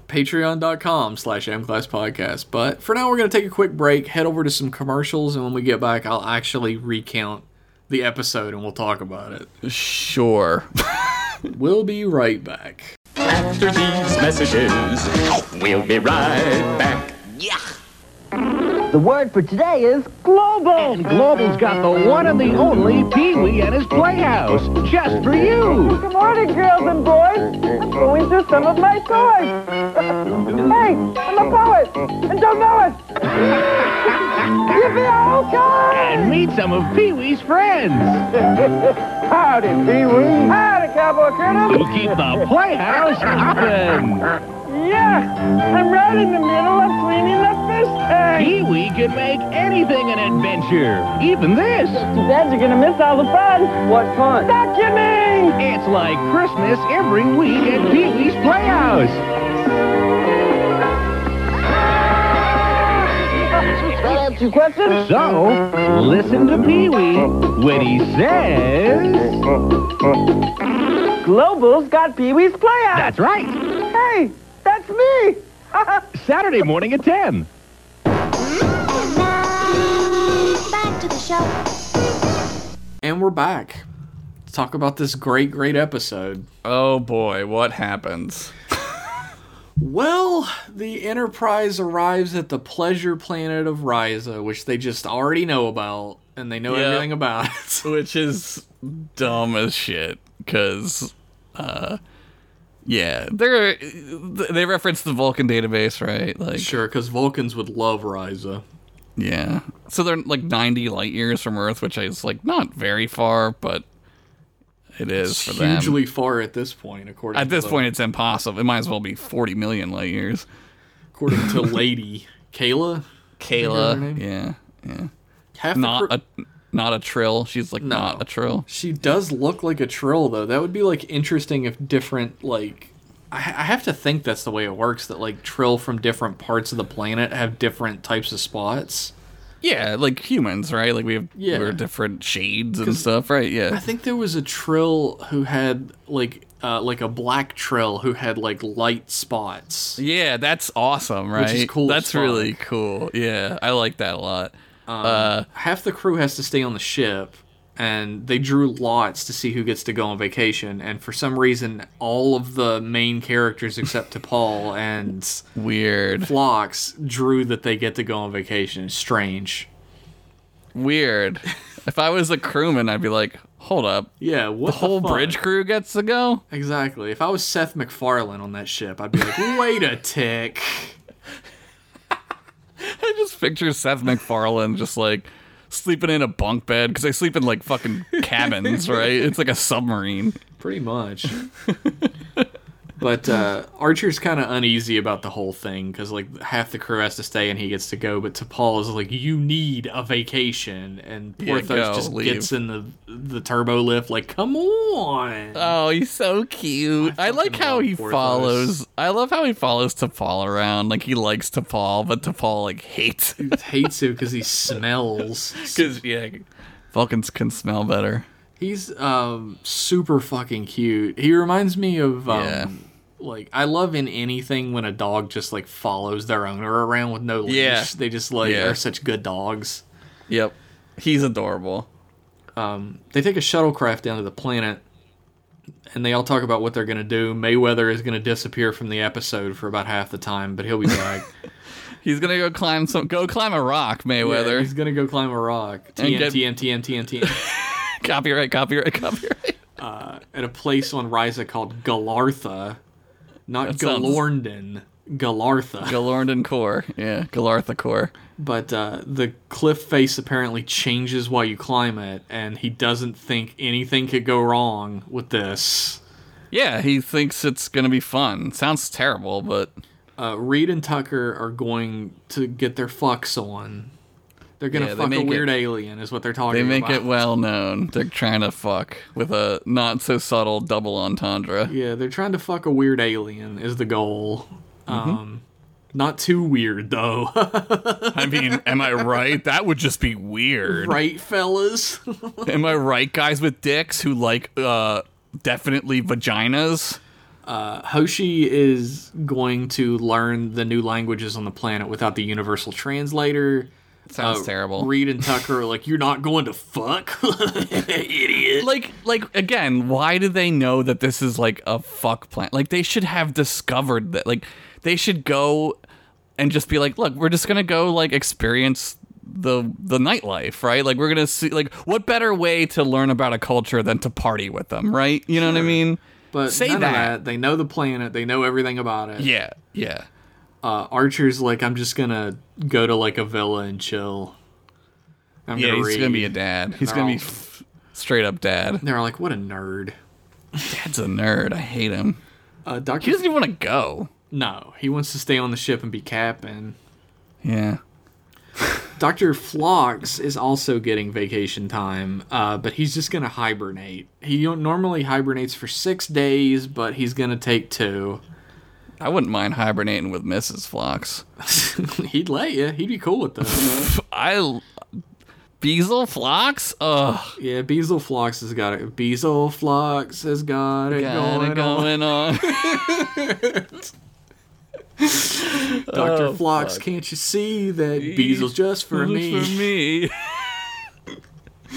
Speaker 1: patreon.com slash mclasspodcast. But for now, we're going to take a quick break, head over to some commercials, and when we get back, I'll actually recount the episode and we'll talk about it.
Speaker 2: Sure.
Speaker 1: We'll be right back.
Speaker 3: After these messages, we'll be right back.
Speaker 4: The word for today is global. And global's got the one and the only Pee Wee and his Playhouse, just for you.
Speaker 5: Good morning, girls and boys. I'm going through some of my toys. hey, I'm a poet and don't know it. Yippee-oh-ki!
Speaker 4: And meet some of Pee Wee's friends
Speaker 5: Howdy, Pee-wee. Howdy, Cowboy
Speaker 4: who
Speaker 5: Colonel.
Speaker 4: keep the Playhouse hopping.
Speaker 5: Yeah, I'm right in the middle of cleaning the fish tank.
Speaker 4: Pee Wee can make anything an adventure, even this.
Speaker 5: Too bad you're gonna miss all the fun. What fun? Vacuuming!
Speaker 4: It's like Christmas every week at Pee Wee's Playhouse.
Speaker 5: That answer your question?
Speaker 4: So, listen to Pee Wee when he says.
Speaker 5: Global's got Pee-wee's playout.
Speaker 4: That's right,
Speaker 5: Hey, that's me.
Speaker 4: Saturday morning at 10.
Speaker 6: Back to the show.
Speaker 1: And we're back. Let's talk about this great, great episode.
Speaker 2: Oh boy, what happens?
Speaker 1: Well, the Enterprise arrives at the pleasure planet of Ryza, which they just already know about, and they know
Speaker 2: Yeah.
Speaker 1: everything about it.
Speaker 2: Which is dumb as shit. Cause, uh, yeah, they're they reference the Vulcan database, right? Like,
Speaker 1: sure, because Vulcans would love Ryza.
Speaker 2: yeah. So they're like 90 light years from Earth, which is like not very far, but it is for them.
Speaker 1: Hugely far at this point, according
Speaker 2: At
Speaker 1: to
Speaker 2: this
Speaker 1: the-
Speaker 2: point, it's impossible. It might as well be 40 million light years.
Speaker 1: according to Lady Kayla.
Speaker 2: Kayla. Yeah. Yeah.
Speaker 1: Half the
Speaker 2: Not
Speaker 1: cr-
Speaker 2: a not a trill. She's like not a trill.
Speaker 1: She does look like a Trill, though. That would be like interesting if different like. I I have to think that's the way it works. That like Trill from different parts of the planet have different types of spots.
Speaker 2: Yeah, like humans, right? Like we have
Speaker 1: Yeah.
Speaker 2: we're different shades and stuff, right?
Speaker 1: I
Speaker 2: Yeah.
Speaker 1: think there was a Trill who had like uh, like a black Trill who had like light spots.
Speaker 2: Yeah, that's awesome, right?
Speaker 1: is cool as
Speaker 2: that's
Speaker 1: fuck.
Speaker 2: really cool. Yeah, I like that a lot.
Speaker 1: Half the crew has to stay on the ship, and they drew lots to see who gets to go on vacation. And for some reason, all of the main characters except to Paul and.
Speaker 2: Weird.
Speaker 1: flocks drew that they get to go on vacation. Strange.
Speaker 2: Weird. if I was a crewman, I'd be like, Hold up.
Speaker 1: Yeah, what
Speaker 2: The whole
Speaker 1: fuck?
Speaker 2: bridge crew gets to go?
Speaker 1: Exactly. If I was Seth MacFarlane on that ship, I'd be like, wait a tick.
Speaker 2: I just picture Seth MacFarlane just like sleeping in a bunk bed because they sleep in like fucking cabins, right? It's like a submarine.
Speaker 1: Pretty much. but uh, Archer's kind of uneasy about the whole thing because like half the crew has to stay and he gets to go, but T'Pol is like, "You need a vacation," and
Speaker 2: Yeah,
Speaker 1: Porthos
Speaker 2: go,
Speaker 1: just
Speaker 2: leave.
Speaker 1: gets in the the turbo lift. Like, come on.
Speaker 2: Oh, he's so cute. I,
Speaker 1: I
Speaker 2: like
Speaker 1: fucking
Speaker 2: how
Speaker 1: love
Speaker 2: he
Speaker 1: Porthos.
Speaker 2: follows. I love how he follows T'Pol around. Like he likes T'Pol, but T'Pol like hates
Speaker 1: He hates him because he smells.
Speaker 2: because yeah, Vulcans can smell better.
Speaker 1: He's um super fucking cute. He reminds me of um,
Speaker 2: Yeah.
Speaker 1: like I love in anything when a dog just like follows their owner around with no leash.
Speaker 2: Yeah.
Speaker 1: They just like
Speaker 2: Yeah.
Speaker 1: are such good dogs.
Speaker 2: Yep, he's adorable.
Speaker 1: They take a shuttlecraft down to the planet and they all talk about what they're going to do. Mayweather is going to disappear from the episode for about half the time, but he'll be back.
Speaker 2: He's gonna go climb some. Go climb a rock,
Speaker 1: Yeah,
Speaker 2: Mayweather.
Speaker 1: he's going to go climb a rock.
Speaker 2: And
Speaker 1: TM,
Speaker 2: get-
Speaker 1: TM, TM, TM, TM.
Speaker 2: copyright, copyright, copyright.
Speaker 1: At a place on Risa called Galartha, not
Speaker 2: That sounds-
Speaker 1: Galorndon. Galartha.
Speaker 2: Galorndon Core. Yeah, Galartha Core.
Speaker 1: but uh, the cliff face apparently changes while you climb it, and he doesn't think anything could go wrong with this.
Speaker 2: Yeah, he thinks it's gonna be fun. Sounds terrible, but
Speaker 1: Uh, Reed and Tucker are going to get their fucks on. They're gonna
Speaker 2: Yeah, they
Speaker 1: fuck a
Speaker 2: make
Speaker 1: weird
Speaker 2: it-
Speaker 1: alien, is what they're talking
Speaker 2: they
Speaker 1: about.
Speaker 2: make it well known. They're trying to fuck with a not so subtle double entendre.
Speaker 1: Yeah, they're trying to fuck a weird alien is the goal.
Speaker 2: Mm-hmm.
Speaker 1: Um, not too weird though,
Speaker 2: I mean, am I right? That would just be weird.
Speaker 1: right, fellas?
Speaker 2: Am I right, guys with dicks who like uh definitely vaginas?
Speaker 1: Hoshi is going to learn the new languages on the planet without the universal translator.
Speaker 2: Sounds
Speaker 1: Uh,
Speaker 2: terrible.
Speaker 1: Reed and Tucker are like, "You're not going to fuck, idiot."
Speaker 2: like like again why do they know that this is like a fuck plant like they should have discovered that like they should go and just be like look we're just gonna go like experience the the nightlife right like we're gonna see like what better way to learn about a culture than to party with them right you know what i mean
Speaker 1: But
Speaker 2: say
Speaker 1: none of
Speaker 2: that.
Speaker 1: that. They know the planet. They know everything about it.
Speaker 2: yeah yeah
Speaker 1: Uh, Archer's like, "I'm just gonna go to like a villa and chill." I'm
Speaker 2: yeah
Speaker 1: gonna
Speaker 2: he's
Speaker 1: read.
Speaker 2: gonna be a dad he's
Speaker 1: They're
Speaker 2: gonna be
Speaker 1: all-
Speaker 2: f- straight up dad
Speaker 1: They're like, "What a nerd."
Speaker 2: dad's a nerd i hate him
Speaker 1: Uh,
Speaker 2: he
Speaker 1: Doctor,
Speaker 2: doesn't even want to go
Speaker 1: no, he wants to stay on the ship and be captain.
Speaker 2: yeah
Speaker 1: Doctor Flox is also getting vacation time, uh, but he's just gonna hibernate. He normally hibernates for six days, but he's gonna take two.
Speaker 2: i wouldn't mind hibernating with mrs flox
Speaker 1: He'd let you. He'd be cool with that.
Speaker 2: I Beazle Flox? Ugh.
Speaker 1: yeah, Beazle Flox has got it. Beazle Flox has got it
Speaker 2: Got
Speaker 1: going,
Speaker 2: it going on.
Speaker 1: on. Doctor Flox, can't you see that Beazle's just for me?
Speaker 2: For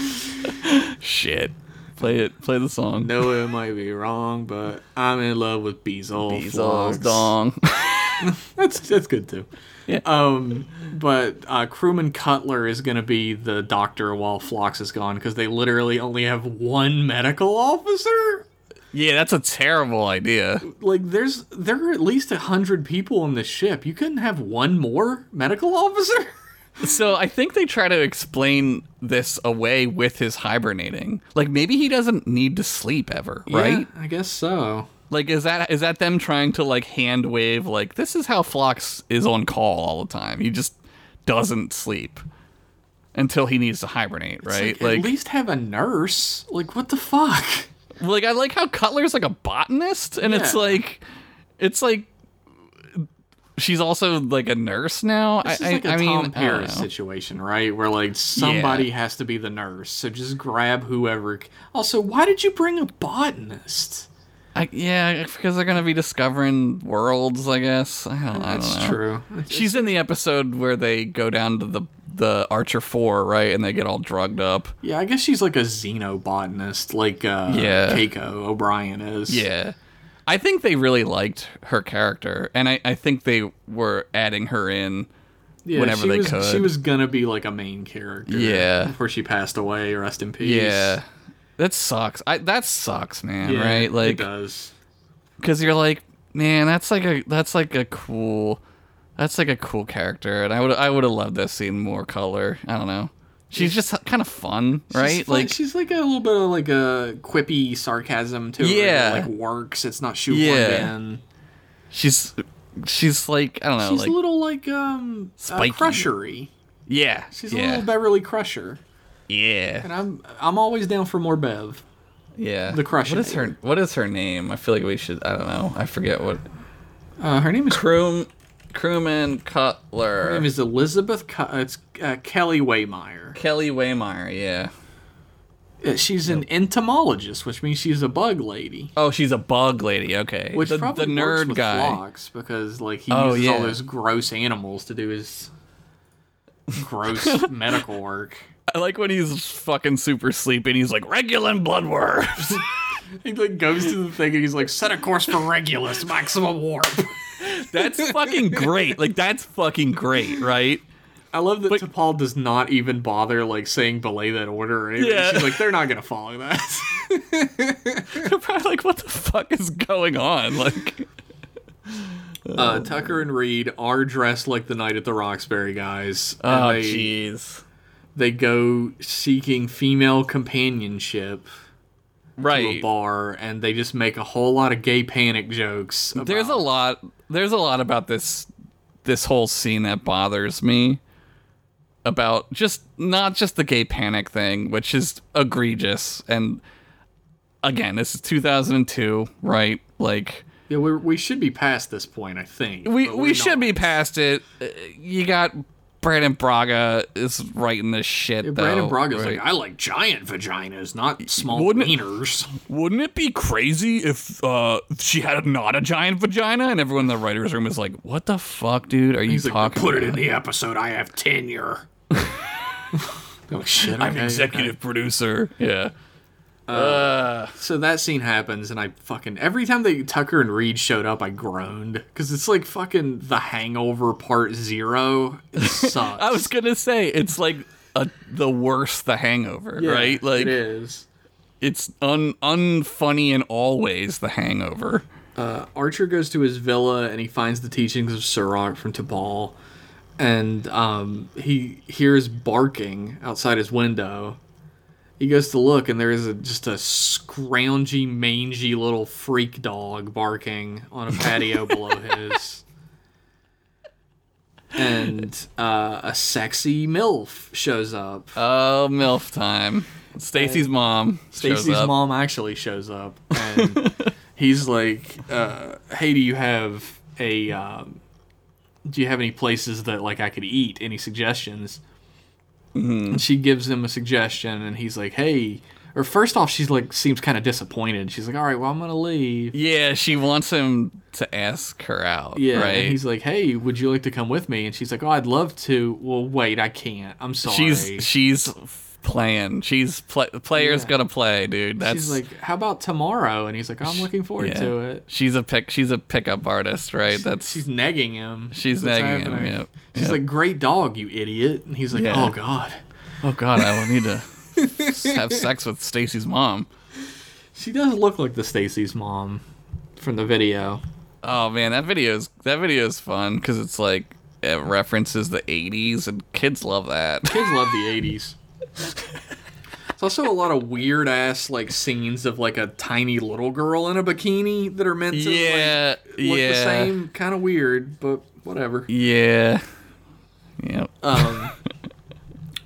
Speaker 2: me. Shit. Play it. Play the song.
Speaker 1: No, it might be wrong, but I'm in love with Beazle.
Speaker 2: Beazle's
Speaker 1: Flox.
Speaker 2: dong.
Speaker 1: That's that's good too.
Speaker 2: Yeah.
Speaker 1: Um, but uh, crewman Cutler is gonna be the doctor while Flox is gone because they literally only have one medical officer.
Speaker 2: yeah, that's a terrible idea.
Speaker 1: Like, there's there are at least a hundred people on this ship. You couldn't have one more medical officer.
Speaker 2: So I think they try to explain this away with his hibernating. Like maybe he doesn't need to sleep ever, right?
Speaker 1: Yeah, I guess so.
Speaker 2: Like is that is that them trying to like hand wave like this is how Phlox is on call all the time. He just doesn't sleep until he needs to hibernate, right?
Speaker 1: Like,
Speaker 2: Like
Speaker 1: at least have a nurse. Like, what the fuck?
Speaker 2: like I like how Cutler's like a botanist and it's
Speaker 1: Yeah.
Speaker 2: like it's like she's also like a nurse now.
Speaker 1: This
Speaker 2: I
Speaker 1: is like a
Speaker 2: I- I mean, I
Speaker 1: Tom
Speaker 2: don't
Speaker 1: Paris
Speaker 2: know.
Speaker 1: situation, right? Where like somebody has to be the nurse, so just grab whoever. c- Also, why did you bring a botanist?
Speaker 2: I, yeah, because they're gonna be discovering worlds, I guess. I don't, I don't
Speaker 1: That's
Speaker 2: know.
Speaker 1: true.
Speaker 2: She's in the episode where they go down to the the Archer Four, right, and they get all drugged up.
Speaker 1: Yeah, I guess she's like a xenobotanist, like uh,
Speaker 2: Yeah.
Speaker 1: Keiko O'Brien is.
Speaker 2: Yeah. I think they really liked her character, and I, I think they were adding her in.
Speaker 1: Yeah,
Speaker 2: whenever
Speaker 1: she
Speaker 2: they
Speaker 1: was,
Speaker 2: could.
Speaker 1: She was gonna be like a main character.
Speaker 2: Yeah.
Speaker 1: Before she passed away, rest in peace.
Speaker 2: Yeah. That sucks. I that sucks, man.
Speaker 1: Yeah,
Speaker 2: right?
Speaker 1: it
Speaker 2: Like,
Speaker 1: does.
Speaker 2: because you're like, man, that's like a that's like a cool, that's like a cool character, and I would I would have loved to have seen more color. I don't know. She's just kind of fun, right?
Speaker 1: She's
Speaker 2: like,
Speaker 1: she's like a little bit of like a quippy sarcasm to her.
Speaker 2: Yeah.
Speaker 1: that, like works. It's not shoehorned
Speaker 2: Yeah.
Speaker 1: in.
Speaker 2: she's she's like I don't know,
Speaker 1: She's
Speaker 2: like
Speaker 1: a little like um uh,
Speaker 2: Spiky.
Speaker 1: crushery.
Speaker 2: yeah,
Speaker 1: She's a
Speaker 2: yeah,
Speaker 1: little Beverly Crusher,
Speaker 2: yeah,
Speaker 1: and I'm I'm always down for more Bev.
Speaker 2: yeah.
Speaker 1: the crush
Speaker 2: What is
Speaker 1: name.
Speaker 2: her What is her name? I feel like we should. I don't know. I forget what.
Speaker 1: Uh, her name is
Speaker 2: Croom, Crewman Cutler.
Speaker 1: her name is Elizabeth. Cu- uh, it's uh, Kelly Waymeyer.
Speaker 2: Kelly Waymeyer. Yeah.
Speaker 1: Uh, She's an entomologist, which means she's a bug lady.
Speaker 2: Oh, she's a bug lady. Okay.
Speaker 1: Which
Speaker 2: the,
Speaker 1: probably
Speaker 2: the
Speaker 1: works
Speaker 2: nerd
Speaker 1: with
Speaker 2: guy.
Speaker 1: Phlox because like he
Speaker 2: Oh,
Speaker 1: uses all
Speaker 2: yeah.
Speaker 1: those gross animals to do his gross medical work.
Speaker 2: I like when he's fucking super sleepy and he's like, Regulin bloodworms.
Speaker 1: He like goes to the thing and he's like, set a course for Regulus, maximum warp.
Speaker 2: that's fucking great. Like, that's fucking great, right?
Speaker 1: I love that T'Pol does not even bother like saying belay that order or anything.
Speaker 2: Yeah.
Speaker 1: She's like, they're not gonna follow that.
Speaker 2: They're probably like, what the fuck is going on? Like,
Speaker 1: Uh, Tucker and Reed are dressed like the Night at the Roxbury guys.
Speaker 2: oh,
Speaker 1: and they,
Speaker 2: jeez.
Speaker 1: they go seeking female companionship to a
Speaker 2: Right.
Speaker 1: bar, and they just make a whole lot of gay panic jokes. About,
Speaker 2: There's a lot. There's a lot about this this whole scene that bothers me about just not just the gay panic thing, which is egregious. And again, this is 2002, right? Like,
Speaker 1: Yeah, we're, we should be past this point, I think.
Speaker 2: we
Speaker 1: but
Speaker 2: we
Speaker 1: we're
Speaker 2: should
Speaker 1: not.
Speaker 2: be past it. Uh, You got Brandon Braga is writing this shit. though,
Speaker 1: Brandon Braga's
Speaker 2: right?
Speaker 1: like, I like giant vaginas, not small
Speaker 2: Wouldn't it-
Speaker 1: wieners.
Speaker 2: wouldn't it be crazy if uh, she had not a giant vagina? And everyone in the writers' room is like, "What the fuck, dude? Are you
Speaker 1: He's like,
Speaker 2: talking?
Speaker 1: put it
Speaker 2: about?"
Speaker 1: in the episode. I have tenure. oh shit!
Speaker 2: I'm
Speaker 1: okay,
Speaker 2: executive producer. Yeah,
Speaker 1: So that scene happens, and I fucking every time they Tucker and Reed showed up, I groaned because it's like fucking The Hangover Part Zero. It sucks.
Speaker 2: I was gonna say it's like a, the worst The Hangover,
Speaker 1: Yeah,
Speaker 2: right? Like
Speaker 1: it is.
Speaker 2: it's un unfunny in all ways. The Hangover.
Speaker 1: Archer goes to his villa and he finds the teachings of Sirach from Tabal, and um, he hears barking outside his window. He goes to look, and there is a, just a scroungy, mangy little freak dog barking on a patio below his. And uh, a sexy MILF shows up.
Speaker 2: Oh, milf time. Stacy's mom. shows
Speaker 1: Stacy's
Speaker 2: up.
Speaker 1: mom actually shows up, and he's like, uh, "Hey, do you have a? Um, do you have any places that like I could eat? Any suggestions?"
Speaker 2: Mm-hmm.
Speaker 1: And she gives him a suggestion, and he's like, "Hey." Or first off, she's like seems kind of disappointed. She's like, "All right, well, I'm gonna leave."
Speaker 2: Yeah, she wants him to ask her out.
Speaker 1: Yeah,
Speaker 2: right.
Speaker 1: and he's like, "Hey, would you like to come with me?" And she's like, "Oh, I'd love to." Well, wait, I can't. I'm sorry.
Speaker 2: she's she's f- playing. She's play, the player's
Speaker 1: Yeah.
Speaker 2: gonna play, dude. That's
Speaker 1: she's like, "How about tomorrow?" And he's like, "I'm looking forward
Speaker 2: yeah.
Speaker 1: to it."
Speaker 2: She's a pick. She's a pickup artist, right? That's
Speaker 1: she's negging him.
Speaker 2: She's
Speaker 1: That's
Speaker 2: negging him,
Speaker 1: happening.
Speaker 2: yep,
Speaker 1: She's
Speaker 2: yep.
Speaker 1: like, "Great dog, you idiot!" And he's like,
Speaker 2: Yeah.
Speaker 1: "Oh God."
Speaker 2: oh god, I will need to have sex with Stacy's mom.
Speaker 1: She does look like the Stacy's mom from the video.
Speaker 2: Oh man, that video's that video's fun because it's like it references the '80s and kids love that.
Speaker 1: Kids love the '80s. There's also a lot of weird ass like scenes of like a tiny little girl in a bikini that are meant to
Speaker 2: yeah,
Speaker 1: like, look
Speaker 2: yeah,
Speaker 1: the same. Kind of weird, but whatever.
Speaker 2: yeah, yep.
Speaker 1: Um,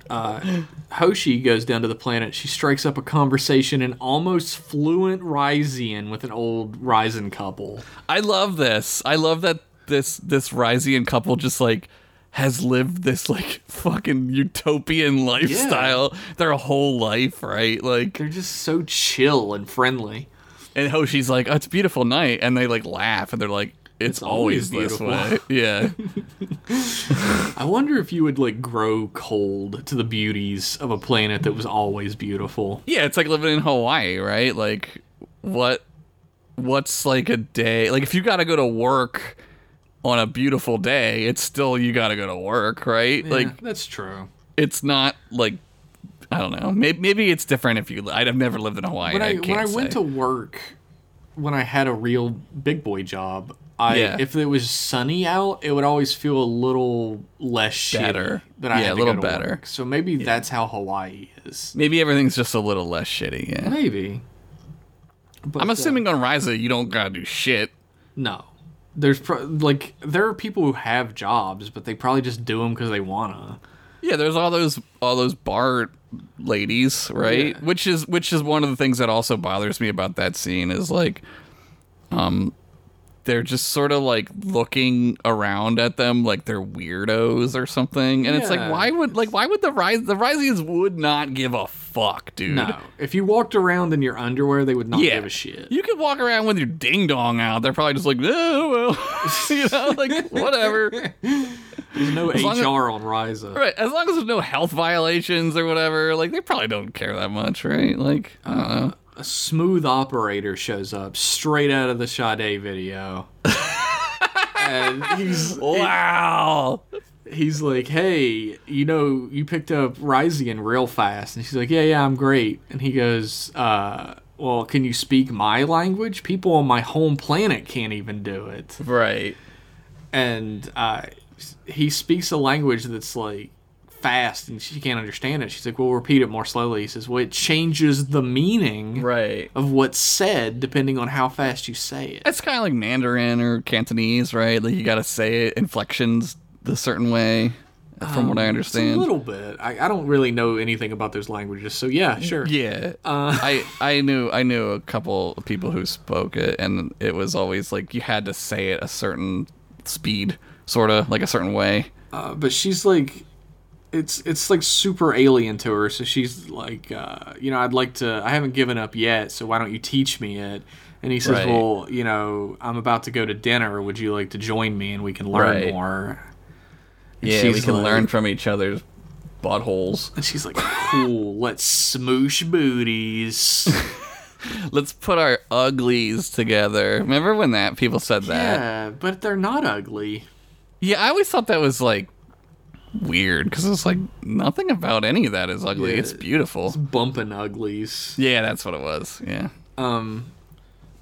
Speaker 1: uh, Hoshi goes down to the planet. She strikes up a conversation in almost fluent Rysian with an old Ryzen couple.
Speaker 2: I love this. I love that this this Rysian couple just like has lived this like fucking utopian lifestyle their whole life, right? Like
Speaker 1: They're just so chill and friendly.
Speaker 2: and Hoshi's like, oh, it's a beautiful night and they like laugh and they're like, it's, always,
Speaker 1: always
Speaker 2: this way.
Speaker 1: beautiful.
Speaker 2: Yeah.
Speaker 1: I wonder if you would like grow cold to the beauties of a planet that was always beautiful.
Speaker 2: Yeah, it's like living in Hawaii, right? Like what what's like a day like if you gotta go to work on a beautiful day, it's still you gotta go to work, right?
Speaker 1: Yeah,
Speaker 2: Like
Speaker 1: that's true.
Speaker 2: it's not like I don't know. Maybe, maybe it's different if you. li- I've never lived in Hawaii.
Speaker 1: when I,
Speaker 2: I, can't
Speaker 1: when I went
Speaker 2: say.
Speaker 1: to work, when I had a real big boy job, I
Speaker 2: Yeah.
Speaker 1: if it was sunny out, it would always feel a little less shitty
Speaker 2: Better.
Speaker 1: Than I
Speaker 2: Yeah,
Speaker 1: had
Speaker 2: a
Speaker 1: to go
Speaker 2: little
Speaker 1: to
Speaker 2: better.
Speaker 1: work. So maybe that's how Hawaii is.
Speaker 2: maybe everything's just a little less shitty. Yeah.
Speaker 1: Maybe. But,
Speaker 2: I'm
Speaker 1: uh,
Speaker 2: assuming on Riza you don't gotta do shit.
Speaker 1: no. There's pro- like there are people who have jobs, but they probably just do them because they wanna.
Speaker 2: Yeah, there's all those all those bar ladies, right?
Speaker 1: Yeah.
Speaker 2: Which is which is one of the things that also bothers me about that scene is like um they're just sort of like looking around at them like they're weirdos or something. And it's like
Speaker 1: Yeah.
Speaker 2: why would like why would the rise the Riseys would not give a fuck, dude.
Speaker 1: No, if you walked around in your underwear, they would not
Speaker 2: Yeah.
Speaker 1: give a shit.
Speaker 2: You could walk around with your ding dong out. They're probably just like, oh, well, you know, like whatever.
Speaker 1: There's no HR
Speaker 2: long as-
Speaker 1: on Ryza.
Speaker 2: Right, as long as there's no health violations or whatever, like they probably don't care that much, right? Like, I don't know.
Speaker 1: a smooth operator shows up straight out of the Sade video. and he's
Speaker 2: Wow.
Speaker 1: he's like, "Hey, you know, you picked up Ryzian real fast." And she's like, "Yeah, yeah, I'm great." And he goes, uh, "Well, can you speak my language? People on my home planet can't even do it."
Speaker 2: Right.
Speaker 1: And uh, he speaks a language that's like fast and she can't understand it. She's like, "Well, repeat it more slowly." He says, "Well, it changes the meaning."
Speaker 2: Right.
Speaker 1: of what's said depending on how fast you say it.
Speaker 2: That's kind of like Mandarin or Cantonese, right? Like you got to say it inflections the certain way, from what I
Speaker 1: Just a
Speaker 2: understand.
Speaker 1: little bit. I, I don't really know anything about those languages, so yeah, sure.
Speaker 2: yeah. I I knew I knew a couple of people who spoke it, and it was always like you had to say it a certain speed, sort of like a certain way.
Speaker 1: Uh, but she's like, it's it's like super alien to her. So she's like, uh, you know, I'd like to. I haven't given up yet. So why don't you teach me it? And he says,
Speaker 2: Right.
Speaker 1: well, you know, I'm about to go to dinner. Would you like to join me and we can learn
Speaker 2: Right.
Speaker 1: more? And
Speaker 2: Yeah, we
Speaker 1: she's
Speaker 2: can
Speaker 1: like-
Speaker 2: learn from each other's buttholes.
Speaker 1: And she's like, cool. let's smoosh booties.
Speaker 2: Let's put our uglies together. Remember when that people said that?
Speaker 1: yeah, but they're not ugly.
Speaker 2: Yeah, I always thought that was like weird because it's like nothing about any of that is ugly.
Speaker 1: Yeah.
Speaker 2: It's beautiful.
Speaker 1: Bumping uglies.
Speaker 2: Yeah, that's what it was. Yeah.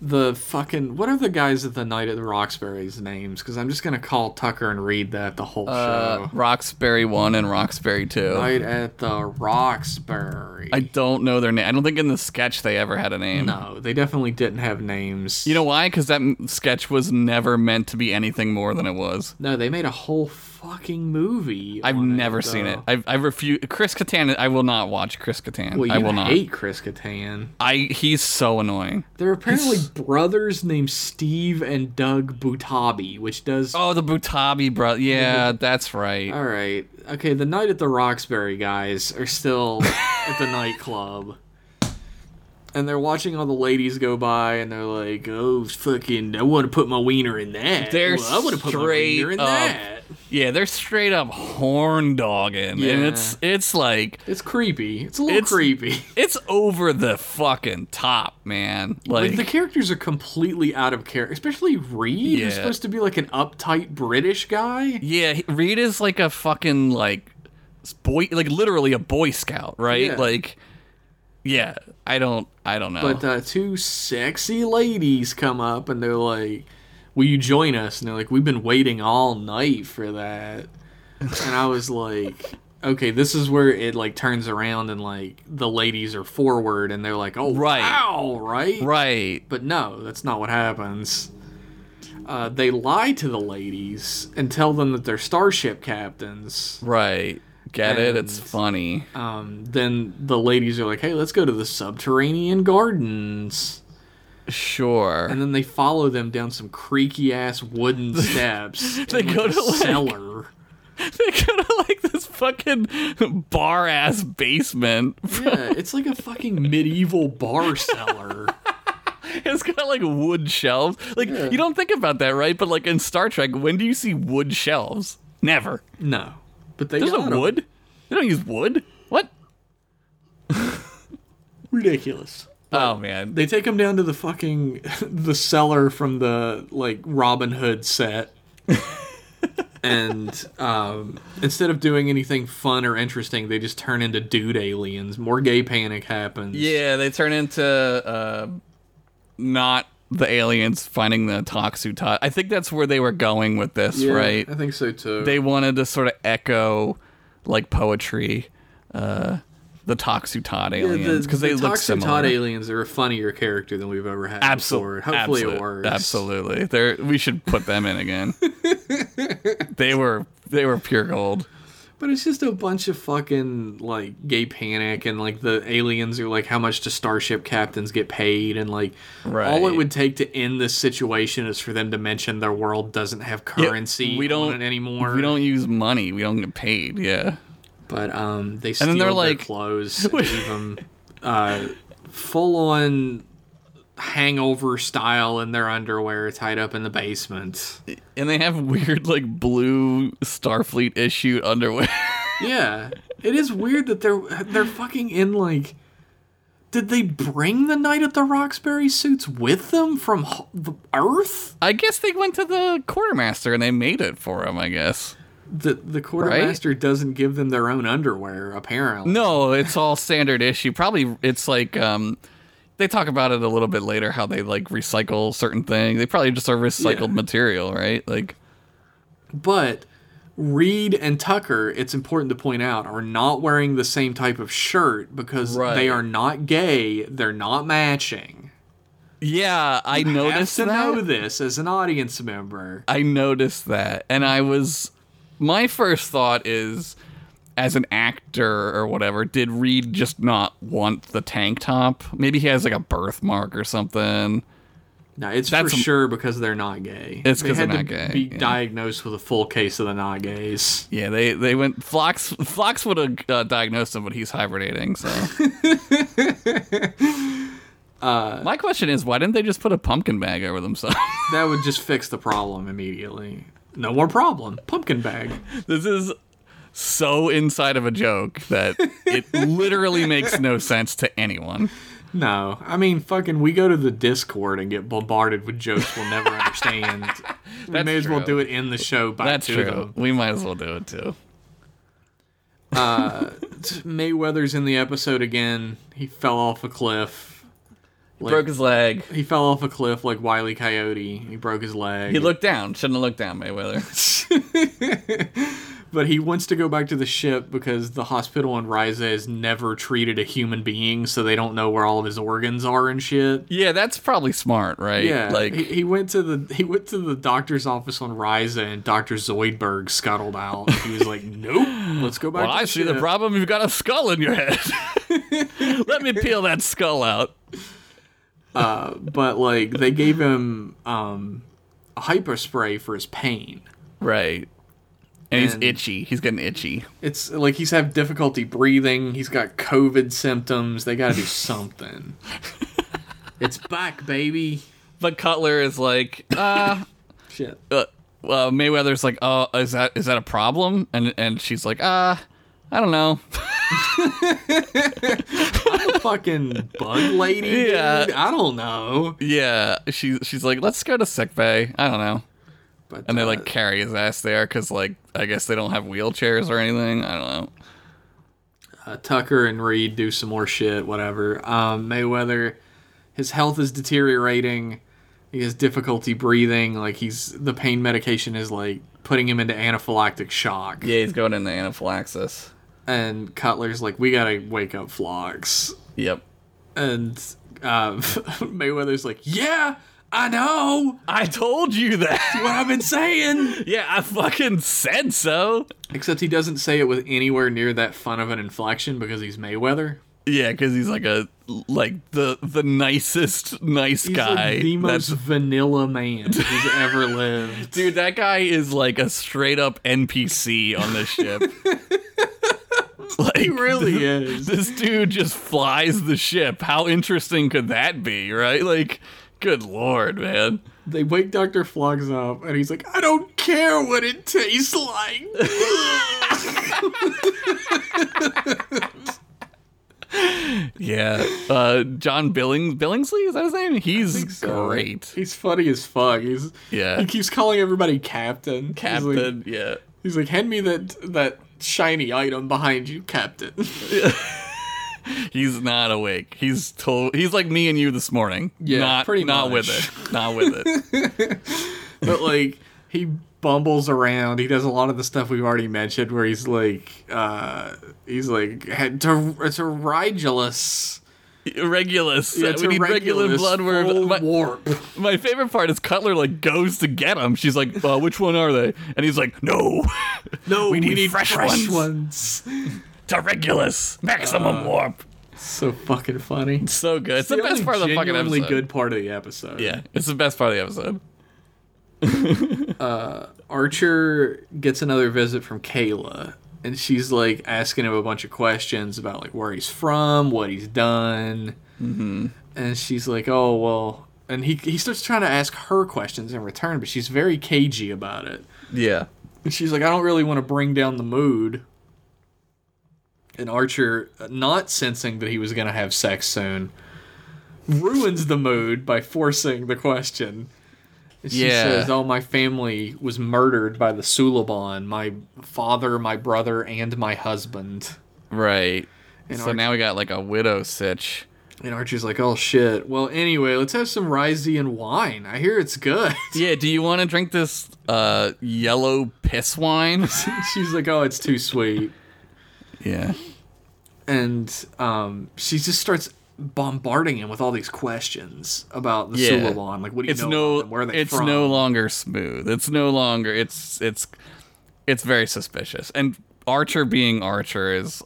Speaker 1: the fucking what are the guys at the night at the Roxbury's names? Because I'm just gonna call Tucker and read that the whole
Speaker 2: Uh,
Speaker 1: show.
Speaker 2: Roxbury one and Roxbury two. I,
Speaker 1: Night at the Roxbury.
Speaker 2: don't know their name. I don't think in the sketch they ever had a name.
Speaker 1: no, they definitely didn't have names.
Speaker 2: You know why? Because that m- sketch was never meant to be anything more than it was.
Speaker 1: no, they made a whole fucking movie.
Speaker 2: I've
Speaker 1: on
Speaker 2: never seen it.
Speaker 1: though.
Speaker 2: I've, I refuse. Chris Kattan. I will not watch Chris Kattan.
Speaker 1: well, you
Speaker 2: I will not.
Speaker 1: hate Chris Kattan.
Speaker 2: I. He's so annoying.
Speaker 1: They're apparently brothers named Steve and Doug Butabi, which does.
Speaker 2: Oh, the Butabi brother. Yeah, that's right.
Speaker 1: All right, okay. The night at the Roxbury guys are still at the nightclub, and they're watching all the ladies go by, and they're like, "Oh, fucking! I want to put my wiener in that.
Speaker 2: They're
Speaker 1: well, I want to put my
Speaker 2: straight
Speaker 1: wiener in
Speaker 2: up-
Speaker 1: that."
Speaker 2: Yeah, they're straight up horn dogging,
Speaker 1: Yeah.
Speaker 2: and it's it's like
Speaker 1: It's creepy. It's a little
Speaker 2: It's-
Speaker 1: creepy.
Speaker 2: it's over the fucking top, man. Like,
Speaker 1: Like the characters are completely out of character, especially Reed, who's
Speaker 2: Yeah.
Speaker 1: supposed to be like an uptight British guy.
Speaker 2: yeah, he- Reed is like a fucking like s- boy, like literally a boy scout, right?
Speaker 1: Yeah.
Speaker 2: Like, yeah, I don't, I don't know.
Speaker 1: But uh, two sexy ladies come up and they're like, "Will you join us?" And they're like, "We've been waiting all night for that." And I was like, "Okay, this is where it like turns around and like the ladies are forward and they're like, oh
Speaker 2: Right.
Speaker 1: wow, right,
Speaker 2: right,
Speaker 1: But no, that's not what happens." Uh, they lie to the ladies and tell them that they're starship captains.
Speaker 2: right, get it? It's
Speaker 1: And-
Speaker 2: funny.
Speaker 1: Um, then the ladies are like, "Hey, let's go to the subterranean gardens."
Speaker 2: Sure.
Speaker 1: and then they follow them down some creaky ass wooden steps.
Speaker 2: They
Speaker 1: in, like,
Speaker 2: go
Speaker 1: a
Speaker 2: to, like-
Speaker 1: cellar.
Speaker 2: they go to like this fucking bar ass basement.
Speaker 1: Yeah, it's like a fucking medieval bar cellar.
Speaker 2: It's got like wood shelves. Like you don't think about that, right? But like in Star Trek, when do you see wood shelves? Never.
Speaker 1: No, but they
Speaker 2: There's
Speaker 1: got
Speaker 2: no
Speaker 1: 'em.
Speaker 2: wood. They don't use wood. What?
Speaker 1: Ridiculous.
Speaker 2: Oh man.
Speaker 1: They take them down to the fucking the cellar from the like Robin Hood set. and um, instead of doing anything fun or interesting, they just turn into dude aliens. More gay panic happens.
Speaker 2: Yeah, they turn into uh, not the aliens finding the Toxutot. I think that's where they were going with this,
Speaker 1: Yeah,
Speaker 2: right?
Speaker 1: I think so too.
Speaker 2: They wanted to sort of echo like poetry, uh, the Toxutot aliens because they
Speaker 1: the
Speaker 2: look
Speaker 1: Toxic
Speaker 2: similar.
Speaker 1: Todd aliens are a funnier character than we've ever had
Speaker 2: Absolutely.
Speaker 1: before. Hopefully it works.
Speaker 2: Absolutely. They're, we should put them in again. they were they were pure gold.
Speaker 1: But it's just a bunch of fucking like gay panic and like the aliens are like how much do starship captains get paid and like all
Speaker 2: Right.
Speaker 1: it would take to end this situation is for them to mention their world doesn't have currency
Speaker 2: we don't-
Speaker 1: on it anymore.
Speaker 2: We don't use money. We don't get paid. Yeah.
Speaker 1: but um they steal
Speaker 2: then they're
Speaker 1: their
Speaker 2: like-
Speaker 1: clothes and leave them uh, full on hangover style in their underwear tied up in the basement.
Speaker 2: And they have weird like blue Starfleet issued underwear.
Speaker 1: Yeah, it is weird that they're they're fucking in like. Did they bring the Knight at the Roxbury suits with them from h- the Earth?
Speaker 2: I guess they went to the quartermaster and they made it for him, I guess.
Speaker 1: The the quartermaster doesn't give them their own underwear apparently.
Speaker 2: No, it's all standard issue. Probably it's like um they talk about it a little bit later how they like recycle certain things. They probably just are recycled
Speaker 1: Yeah.
Speaker 2: material, right? Like
Speaker 1: but Reed and Tucker, it's important to point out, are not wearing the same type of shirt because
Speaker 2: Right.
Speaker 1: they are not gay. They're not matching.
Speaker 2: Yeah, I
Speaker 1: You have
Speaker 2: noticed
Speaker 1: to
Speaker 2: that.
Speaker 1: know this as an audience member.
Speaker 2: I noticed that. And I was my first thought is as an actor or whatever, did Reed just not want the tank top? Maybe he has like a birthmark or something.
Speaker 1: No, it's
Speaker 2: That's
Speaker 1: for
Speaker 2: a-
Speaker 1: sure because they're not gay.
Speaker 2: It's
Speaker 1: They
Speaker 2: 'cause they're
Speaker 1: had
Speaker 2: not
Speaker 1: to
Speaker 2: gay,
Speaker 1: Be
Speaker 2: yeah.
Speaker 1: diagnosed with a full case of the not gays.
Speaker 2: Yeah, they they went Flox Flox would have uh, diagnosed him, but he's hibernating. So, my question is, why didn't they just put a pumpkin bag over themselves?
Speaker 1: That would just fix the problem immediately. No more problem. Pumpkin bag.
Speaker 2: this is so inside of a joke that it literally makes no sense to anyone.
Speaker 1: No, I mean fucking. We go to the Discord and get bombarded with jokes we'll never understand. we may as well
Speaker 2: true.
Speaker 1: do it in the show. By
Speaker 2: That's
Speaker 1: two
Speaker 2: true.
Speaker 1: Them.
Speaker 2: We might as well do it too.
Speaker 1: Mayweather's in the episode again. He fell off a cliff. Like,
Speaker 2: Broke his leg.
Speaker 1: he fell off a cliff like Wiley Coyote. He broke his leg.
Speaker 2: He looked down. Shouldn't have looked down, Mayweather.
Speaker 1: but he wants to go back to the ship because the hospital in Riza has never treated a human being, so they don't know where all of his organs are and shit.
Speaker 2: yeah, that's probably smart, right?
Speaker 1: Yeah,
Speaker 2: Like,
Speaker 1: he, he went to the he went to the doctor's office on Riza, and Doctor Zoidberg scuttled out. He was like, "Nope, let's go back."
Speaker 2: Well,
Speaker 1: to the
Speaker 2: I see the
Speaker 1: ship."
Speaker 2: problem. You've got a skull in your head. Let me peel that skull out.
Speaker 1: But like, they gave him um, a hyper spray for his pain.
Speaker 2: Right. And, he's
Speaker 1: And-
Speaker 2: itchy. He's getting itchy.
Speaker 1: It's like he's have difficulty breathing. He's got COVID symptoms. They got to do something. it's back, baby.
Speaker 2: But Cutler is like, uh,
Speaker 1: Shit.
Speaker 2: uh, well, Mayweather's like, oh, is that is that a problem? And and she's like, uh, I don't know.
Speaker 1: fucking bug lady.
Speaker 2: Yeah.
Speaker 1: Dude. I don't know.
Speaker 2: yeah. She she's like, let's go to sick bay. I don't know.
Speaker 1: But
Speaker 2: And they
Speaker 1: uh,
Speaker 2: like carry his ass there because like I guess they don't have wheelchairs or anything. I don't know.
Speaker 1: uh, Tucker and Reed do some more shit. Whatever. Um, Mayweather, his health is deteriorating. He has difficulty breathing. Like he's the pain medication is like putting him into anaphylactic shock.
Speaker 2: Yeah, he's going into anaphylaxis.
Speaker 1: And Cutler's like, we gotta wake up Phlox.
Speaker 2: Yep.
Speaker 1: And uh, Mayweather's like, yeah, I know
Speaker 2: I told you that.
Speaker 1: what I've been saying.
Speaker 2: Yeah, I fucking said so.
Speaker 1: Except he doesn't say it with anywhere near that fun of an inflection because he's Mayweather.
Speaker 2: Yeah, because he's like a like the the nicest nice
Speaker 1: He's
Speaker 2: guy.
Speaker 1: like the most
Speaker 2: That's-
Speaker 1: vanilla man who's ever lived.
Speaker 2: dude, that guy is like a straight up NPC on this ship. like
Speaker 1: He really is.
Speaker 2: This dude just flies the ship. How interesting could that be, right? Like, good lord, man.
Speaker 1: They wake Dr. Flogs up, and he's like, I don't care what it tastes like.
Speaker 2: Yeah. Uh, John Billings Billingsley is that his name? He's
Speaker 1: So,
Speaker 2: great.
Speaker 1: He's funny as fuck. He's
Speaker 2: Yeah.
Speaker 1: He keeps calling everybody captain. He's like-
Speaker 2: Captain. yeah.
Speaker 1: He's like, hand me that that shiny item behind you, captain.
Speaker 2: He's not awake. He's to- he's like me and you this morning.
Speaker 1: Yeah,
Speaker 2: not,
Speaker 1: pretty
Speaker 2: not
Speaker 1: much.
Speaker 2: with it. Not with it.
Speaker 1: but like he bumbles around. He does a lot of the stuff we've already mentioned, where he's like, uh, he's like had to it's a Rigulus.
Speaker 2: Regulus.
Speaker 1: Yeah,
Speaker 2: we need regular
Speaker 1: Regulus full
Speaker 2: bloodworm. My,
Speaker 1: warp.
Speaker 2: my favorite part is Cutler like goes to get him. She's like, uh, "Which one are they?" And he's like, "No,
Speaker 1: No, we
Speaker 2: need
Speaker 1: need,
Speaker 2: fresh
Speaker 1: fresh,
Speaker 2: ones.
Speaker 1: ones.
Speaker 2: to Regulus, maximum warp."
Speaker 1: So fucking funny. It's
Speaker 2: So good. It's the, best part of the fucking
Speaker 1: genuinely
Speaker 2: episode.
Speaker 1: good part of the episode.
Speaker 2: Yeah, it's the best part of the episode.
Speaker 1: Archer gets another visit from Kayla, and she's like asking him a bunch of questions about like where he's from, what he's done, mm-hmm. and she's like, "Oh well," and he he starts trying to ask her questions in return, but she's very cagey about it.
Speaker 2: Yeah.
Speaker 1: And she's like, "I don't really want to bring down the mood." And Archer, uh, not sensing that he was gonna have sex soon, ruins the mood by forcing the question. She
Speaker 2: Yeah.
Speaker 1: says, "Oh, my family was murdered by the Suliban. My father, my brother, and my husband."
Speaker 2: Right.
Speaker 1: And,
Speaker 2: so
Speaker 1: Arch-
Speaker 2: now we got like a widow sitch.
Speaker 1: and Archer's like, "Oh shit. Well, anyway, let's have some Ryzian wine. I hear it's good."
Speaker 2: Yeah, do you want to drink this uh yellow piss wine?
Speaker 1: she's like, "Oh, it's too sweet."
Speaker 2: yeah.
Speaker 1: and um, she just starts bombarding him with all these questions about the
Speaker 2: Yeah.
Speaker 1: Suliban. Like, what do you
Speaker 2: It's
Speaker 1: know?
Speaker 2: no
Speaker 1: about them? Where are they
Speaker 2: it's
Speaker 1: from?
Speaker 2: no longer smooth. It's no longer it's it's it's very suspicious. And Archer being Archer is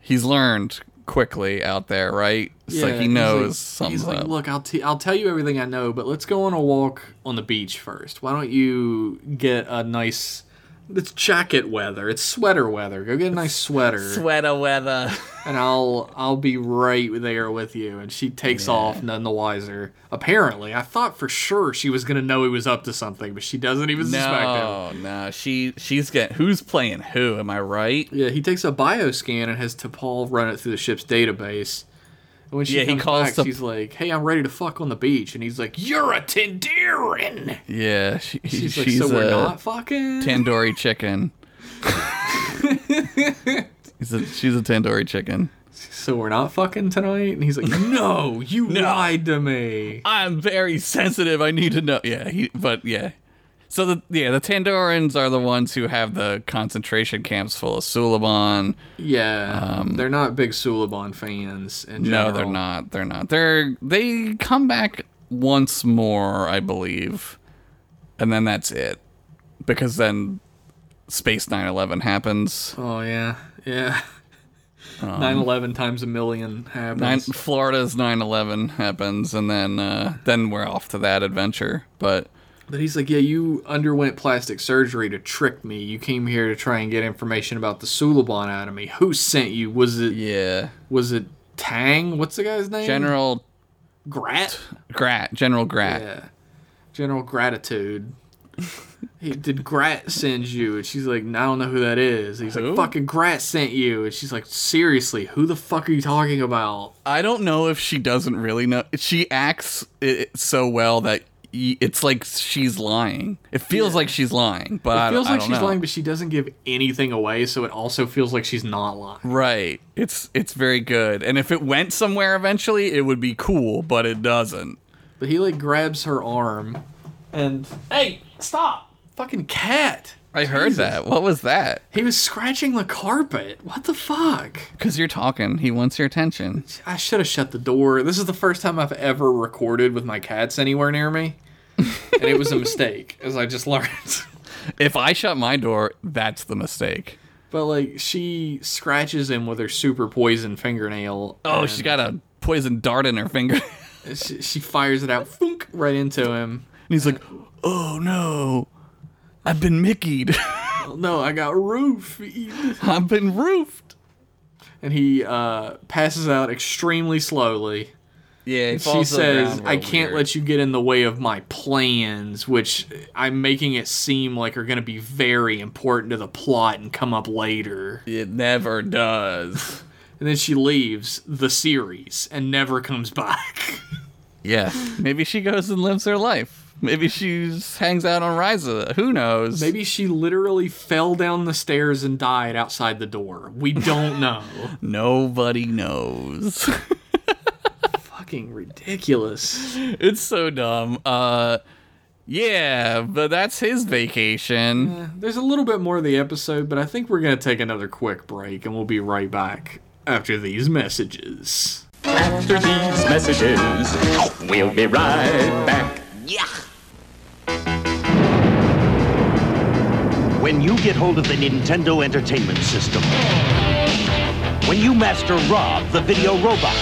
Speaker 2: he's learned quickly out there, right? It's like he
Speaker 1: he's
Speaker 2: knows
Speaker 1: like-
Speaker 2: something.
Speaker 1: He's like, look, I'll, t- I'll tell you everything I know, but let's go on a walk on the beach first. Why don't you get a nice? It's jacket weather. It's sweater weather. Go get a nice sweater,
Speaker 2: sweater weather.
Speaker 1: and I'll I'll be right there with you. And she takes off, none the wiser. Apparently, I thought for sure she was gonna know he was up to something, but she doesn't even suspect him.
Speaker 2: No, no, she she's getting who's playing who? Am I right?
Speaker 1: Yeah, he takes a bioscan and has T'Pol run it through the ship's database. And when she
Speaker 2: Yeah, he
Speaker 1: comes
Speaker 2: calls
Speaker 1: back,
Speaker 2: T'P-
Speaker 1: she's like, "Hey, I'm ready to fuck on the beach," and he's like, "You're a Tendarin."
Speaker 2: Yeah, she,
Speaker 1: She's
Speaker 2: she's,
Speaker 1: like, "So
Speaker 2: a
Speaker 1: we're not fucking."
Speaker 2: tandoori chicken. He's a, she's a tandoori chicken.
Speaker 1: so we're not fucking tonight. And he's like, "No, you lied to me."
Speaker 2: I'm very sensitive. I need to know. Yeah, he, but yeah. So the yeah the Tandorans are the ones who have the concentration camps full of Suliban.
Speaker 1: Yeah, they're not big Suliban fans. In general.
Speaker 2: Um, No, they're not. They're not. They're they come back once more, I believe, and then that's it, because then Space 911 happens.
Speaker 1: Oh yeah, yeah. Nine eleven times a million
Speaker 2: Um, Nine,
Speaker 1: happens.
Speaker 2: Florida's 9/11 happens, and then uh, then we're off to that adventure. But
Speaker 1: But he's like, yeah, you underwent plastic surgery to trick me. You came here to try and get information about the Suliban out of me. Who sent you? Was it
Speaker 2: yeah,
Speaker 1: was it Tang? What's the guy's name?
Speaker 2: General
Speaker 1: Grat.
Speaker 2: Grat, General Grat.
Speaker 1: Yeah, General Gratitude. he did Grat send you? And she's like, I don't know who that is. And he's
Speaker 2: Who?
Speaker 1: like, fucking Grat sent you. And she's like, seriously, who the fuck are you talking about?
Speaker 2: I don't know if she doesn't really know. She acts it so well that y- it's like she's lying. It feels like she's lying, but I,
Speaker 1: It feels
Speaker 2: I
Speaker 1: like
Speaker 2: don't
Speaker 1: she's
Speaker 2: know.
Speaker 1: lying, but she doesn't give anything away, so it also feels like she's not lying.
Speaker 2: Right. It's it's very good. And if it went somewhere eventually, it would be cool, but it doesn't.
Speaker 1: But he like grabs her arm and Hey, stop! Fucking cat.
Speaker 2: I heard that. What was that?
Speaker 1: He was scratching the carpet. What the fuck?
Speaker 2: Cuz you're talking. He wants your attention.
Speaker 1: I should have shut the door. This is the first time I've ever recorded with my cats anywhere near me. and it was a mistake, as I just learned.
Speaker 2: If I shut my door, that's the mistake.
Speaker 1: but like she scratches him with her super poison fingernail.
Speaker 2: Oh,
Speaker 1: and
Speaker 2: she's got a poison dart in her finger. and
Speaker 1: she, she fires it out funk, right into him.
Speaker 2: he's like, "Oh no. I've been mickeyed.
Speaker 1: Oh, no, I got roof.
Speaker 2: I've been roofed."
Speaker 1: And he uh, passes out extremely slowly.
Speaker 2: Yeah,
Speaker 1: she says, "I can't let you get in the way of my plans, which I'm making it seem like are going to be very important to the plot and come up later."
Speaker 2: It never does.
Speaker 1: and then she leaves the series and never comes back.
Speaker 2: Yeah. Maybe she goes and lives her life. Maybe she just hangs out on Ryza. Who knows?
Speaker 1: Maybe she literally fell down the stairs and died outside the door. We don't know.
Speaker 2: Nobody knows.
Speaker 1: Fucking ridiculous.
Speaker 2: it's so dumb. Uh yeah, but that's his vacation.
Speaker 1: There's a little bit more of the episode, but I think we're going to take another quick break and we'll be right back after these messages.
Speaker 3: After these messages, we'll be right back.
Speaker 7: When you get hold of the Nintendo Entertainment System, when you master Rob the video robot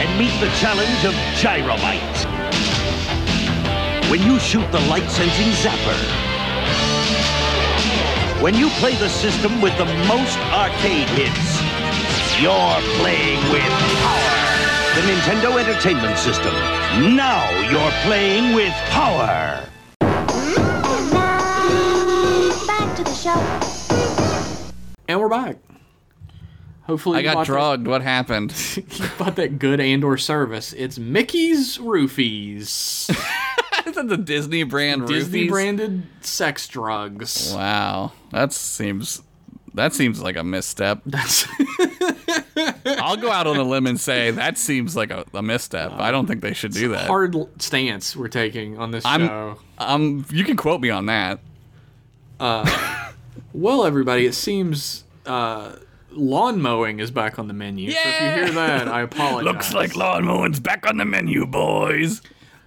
Speaker 7: and meet the challenge of Gyromite, when you shoot the light-sensing zapper, when you play the system with the most arcade hits, you're playing with power. The Nintendo Entertainment System. Now you're playing with power.
Speaker 6: Back to the show.
Speaker 1: And we're back. Hopefully,
Speaker 2: I
Speaker 1: you
Speaker 2: got
Speaker 1: bought that-
Speaker 2: drugged. What happened?
Speaker 1: you bought that good and/or service. It's Mickey's Roofies,
Speaker 2: Is that the Disney brand
Speaker 1: Disney
Speaker 2: roofies?
Speaker 1: branded sex drugs.
Speaker 2: Wow. That seems that seems like a misstep.
Speaker 1: That's
Speaker 2: I'll go out on a limb and say that seems like a, a misstep. I don't think they should do that.
Speaker 1: hard l- stance we're taking on this
Speaker 2: I'm-
Speaker 1: show.
Speaker 2: Um, you can quote me on that.
Speaker 1: Well, everybody, it seems uh, lawn mowing is back on the menu. So if you
Speaker 2: Yeah!
Speaker 1: hear that, I apologize.
Speaker 2: lawn mowing's back on the menu, boys.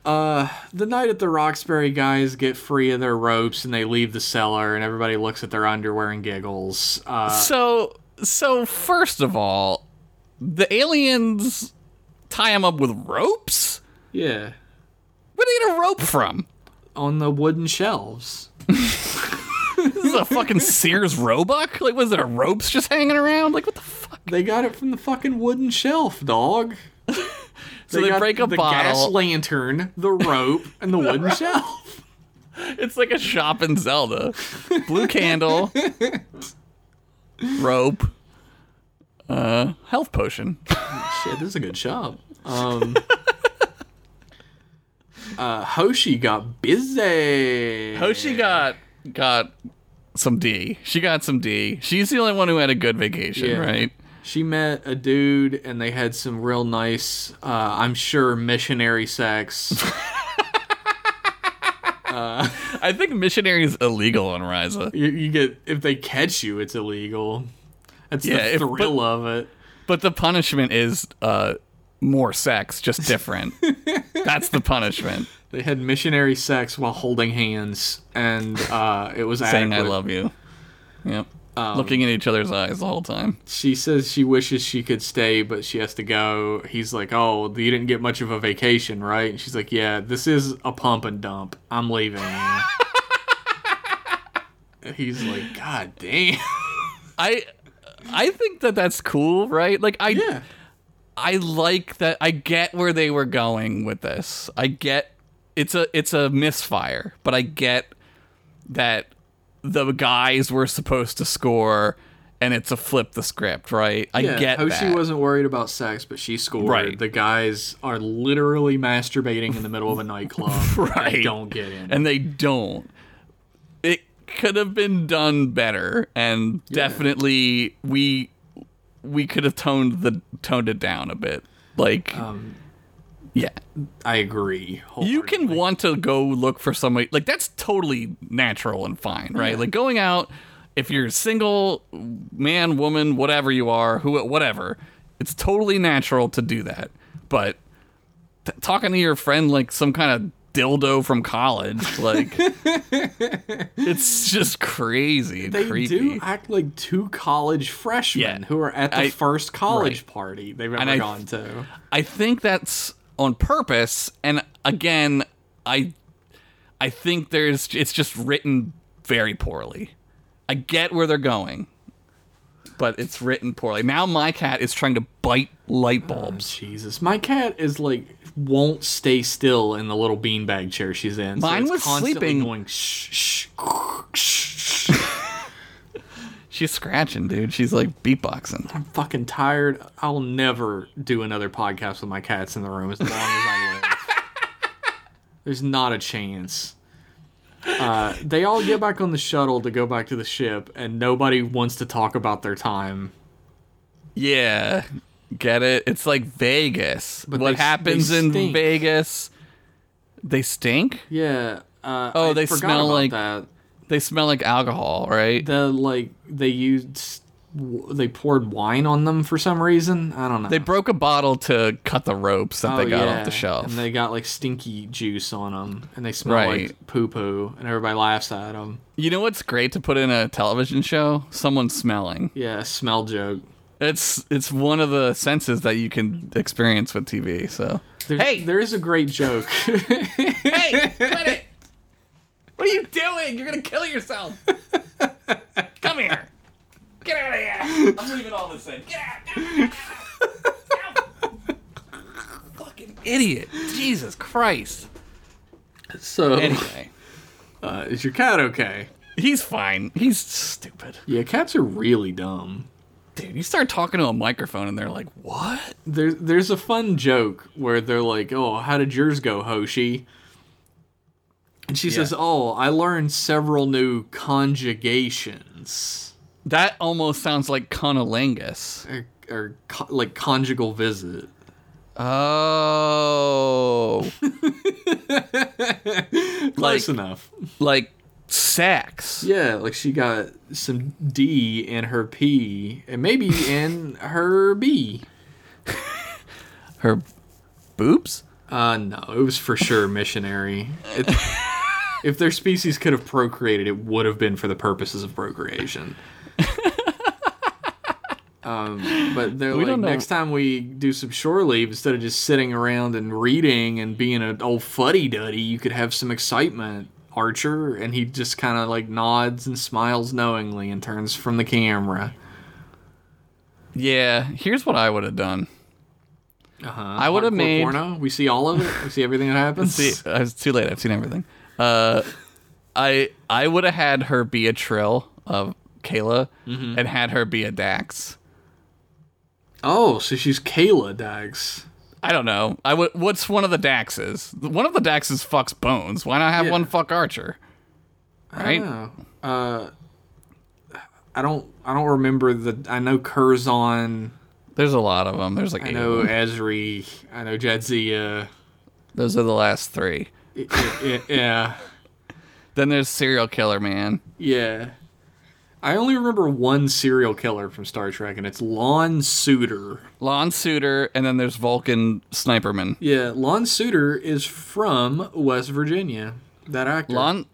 Speaker 1: the night at the Roxbury guys get free of their ropes and they leave the cellar, and everybody looks at their underwear and giggles. Uh,
Speaker 2: So, so first of all, the aliens tie him up with ropes.
Speaker 1: yeah,
Speaker 2: Where do they get a rope from?
Speaker 1: on the wooden shelves.
Speaker 2: This is a fucking Sears roebuck. Like, was there ropes just hanging around? Like, what the fuck?
Speaker 1: They got it from the fucking wooden shelf, dog.
Speaker 2: So they,
Speaker 1: got
Speaker 2: break a
Speaker 1: the gas
Speaker 2: bottle.
Speaker 1: lantern, the rope, and the wooden shelf.
Speaker 2: it's like a shop in Zelda. Blue candle, rope, uh, health potion.
Speaker 1: Shit, this is a good shop. Um, uh, Hoshi got busy.
Speaker 2: Hoshi got got some D. She got some D. She's the only one who had a good vacation,
Speaker 1: Yeah.
Speaker 2: right?
Speaker 1: She met a dude and they had some real nice, uh, I'm sure, missionary sex.
Speaker 2: I think missionary is illegal on Ryza.
Speaker 1: you, you get if they catch you, it's illegal. That's
Speaker 2: Yeah,
Speaker 1: the
Speaker 2: if-
Speaker 1: thrill
Speaker 2: but-
Speaker 1: of it.
Speaker 2: But the punishment is uh more sex, just different. That's the punishment.
Speaker 1: They had missionary sex while holding hands, and uh, it was
Speaker 2: Saying I
Speaker 1: adequate.
Speaker 2: love you. Yep. Looking in each other's eyes the whole time.
Speaker 1: She says she wishes she could stay, but she has to go. He's like, "Oh, you didn't get much of a vacation, right?" And she's like, "Yeah, this is a pump and dump. I'm leaving." man." And He's like, "God damn."
Speaker 2: I I think that that's cool, right? Like I
Speaker 1: Yeah.
Speaker 2: I like that I get where they were going with this. I get it's a it's a misfire, but I get that the guys were supposed to score and it's a flip the script, right? I
Speaker 1: Yeah,
Speaker 2: get
Speaker 1: Hoshi
Speaker 2: that.
Speaker 1: wasn't worried about sex, but she scored.
Speaker 2: Right.
Speaker 1: The guys are literally masturbating in the middle of a nightclub.
Speaker 2: Right.
Speaker 1: They don't get in.
Speaker 2: and they don't. It could have been done better, and definitely we we could have toned the toned it down a bit. Like,
Speaker 1: Um,
Speaker 2: yeah,
Speaker 1: I agree.
Speaker 2: you can
Speaker 1: wholeheartedly.
Speaker 2: want to go look for somebody like that's totally natural and fine, right? Like going out, if you're single, man, woman, whatever you are, who, whatever, it's totally natural to do that. But t- talking to your friend like some kind of dildo from college, like it's just crazy. And
Speaker 1: They
Speaker 2: creepy.
Speaker 1: do act like two college freshmen
Speaker 2: Yeah.
Speaker 1: who are at the
Speaker 2: I-
Speaker 1: first college party they've ever
Speaker 2: I-
Speaker 1: gone to.
Speaker 2: I think that's on purpose. And again, I I think there's it's just written very poorly. I get where they're going, but it's written poorly. Now my cat is trying to bite light bulbs.
Speaker 1: Jesus, my cat is like won't stay still in the little beanbag chair she's in. so
Speaker 2: Mine
Speaker 1: it's
Speaker 2: was
Speaker 1: constantly
Speaker 2: sleeping.
Speaker 1: Going shh, shh, shh, shh.
Speaker 2: She's scratching, dude. She's like beatboxing.
Speaker 1: I'm fucking tired. I'll never do another podcast with my cats in the room as long as I live. There's not a chance. Uh, they all get back on the shuttle to go back to the ship, and nobody wants to talk about their time.
Speaker 2: Yeah, get it. It's like Vegas.
Speaker 1: But
Speaker 2: what
Speaker 1: they- they
Speaker 2: happens in
Speaker 1: stink.
Speaker 2: Vegas? They stink.
Speaker 1: Yeah. Uh,
Speaker 2: Oh,
Speaker 1: I
Speaker 2: they
Speaker 1: forgot
Speaker 2: smell
Speaker 1: about
Speaker 2: like-
Speaker 1: that.
Speaker 2: They smell like alcohol, right?
Speaker 1: the like they used w- they poured wine on them for some reason. I don't know.
Speaker 2: They broke a bottle to cut the ropes that
Speaker 1: Oh,
Speaker 2: they got
Speaker 1: yeah.
Speaker 2: off the shelf.
Speaker 1: and they got like stinky juice on them, and they smell
Speaker 2: Right.
Speaker 1: like poo poo, and everybody laughs at them.
Speaker 2: You know what's great to put in a television show? Someone smelling.
Speaker 1: Yeah, smell joke.
Speaker 2: It's it's one of the senses that you can experience with TV. So
Speaker 1: There's,
Speaker 2: Hey!
Speaker 1: there is a great joke.
Speaker 2: hey, quit it! What are you doing? You're gonna kill yourself. Come here. Get out of here. I'm leaving all this in. Get out. Fucking idiot. Jesus Christ.
Speaker 1: so,
Speaker 2: Anyway,
Speaker 1: uh, is your cat okay?
Speaker 2: he's fine. He's stupid.
Speaker 1: Yeah, cats are really dumb.
Speaker 2: Dude, you start talking to a microphone and they're like, what?
Speaker 1: There, there's a fun joke where they're like, "Oh, how did yours go, Hoshi?" And she says, "Oh, I learned several new conjugations
Speaker 2: That almost sounds like conolingus.
Speaker 1: or, or co- like conjugal visit."
Speaker 2: Oh. like,
Speaker 1: Close enough.
Speaker 2: like sex.
Speaker 1: Yeah, like she got some D in her P and maybe in her B.
Speaker 2: Her boobs?
Speaker 1: Uh, no, it was for sure missionary. It, if their species could have procreated, it would have been for the purposes of procreation. um, but they're
Speaker 2: We
Speaker 1: like,
Speaker 2: don't know-
Speaker 1: next time we do some shore leave, instead of just sitting around and reading and being an old fuddy duddy, you could have some excitement, Archer. And he just kind of like nods and smiles knowingly and turns from the camera.
Speaker 2: Yeah, here's what I would have done.
Speaker 1: Uh-huh.
Speaker 2: I would have
Speaker 1: Hardcore
Speaker 2: made-
Speaker 1: porno. We see all of it. We see everything that happens.
Speaker 2: See, I was too late. I've seen everything. Uh, I I would have had her be a trill of Kayla
Speaker 1: Mm-hmm.
Speaker 2: and had her be a Dax.
Speaker 1: Oh, so she's Kayla Dags.
Speaker 2: I don't know. I would. What's one of the Daxes? One of the Daxes fucks Bones. Why not have
Speaker 1: Yeah.
Speaker 2: one fuck Archer? Right.
Speaker 1: Oh, uh, I don't. I don't remember the. I know Curzon.
Speaker 2: There's a lot of them. There's like
Speaker 1: I
Speaker 2: eight.
Speaker 1: know
Speaker 2: of 'em.
Speaker 1: Ezri. I know Jadzia.
Speaker 2: Those are the last three.
Speaker 1: I- I- yeah,
Speaker 2: Then there's serial killer man.
Speaker 1: yeah. I only remember one serial killer from Star Trek, and it's Lon Suter.
Speaker 2: Lon Suter, and then there's Vulcan Sniperman.
Speaker 1: Yeah, Lon Suter is from West Virginia. That actor.
Speaker 2: Lon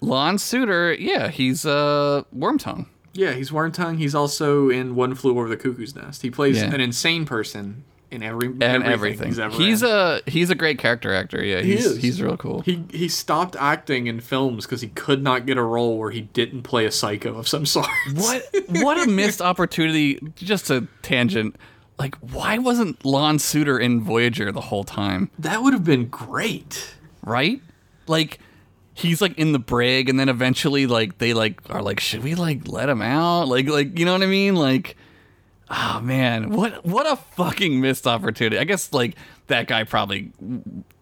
Speaker 2: Lon Suter, yeah, he's uh Wormtongue.
Speaker 1: Yeah, he's Wormtongue. He's also in One Flew Over the Cuckoo's Nest. He plays
Speaker 2: Yeah.
Speaker 1: an insane person in every
Speaker 2: And
Speaker 1: everything,
Speaker 2: everything.
Speaker 1: he's ever
Speaker 2: He's
Speaker 1: in.
Speaker 2: a he's a great character actor, yeah. He's
Speaker 1: is.
Speaker 2: he's real cool.
Speaker 1: He he stopped acting in films because he could not get a role where he didn't play a psycho of some sort.
Speaker 2: what what a missed opportunity just a tangent. Like why wasn't Lon Suter in Voyager the whole time?
Speaker 1: That would have been great.
Speaker 2: Right? Like he's like in the brig and then eventually like they like are like, should we like let him out? Like like you know what I mean? Like Oh man, what what a fucking missed opportunity. I guess like that guy probably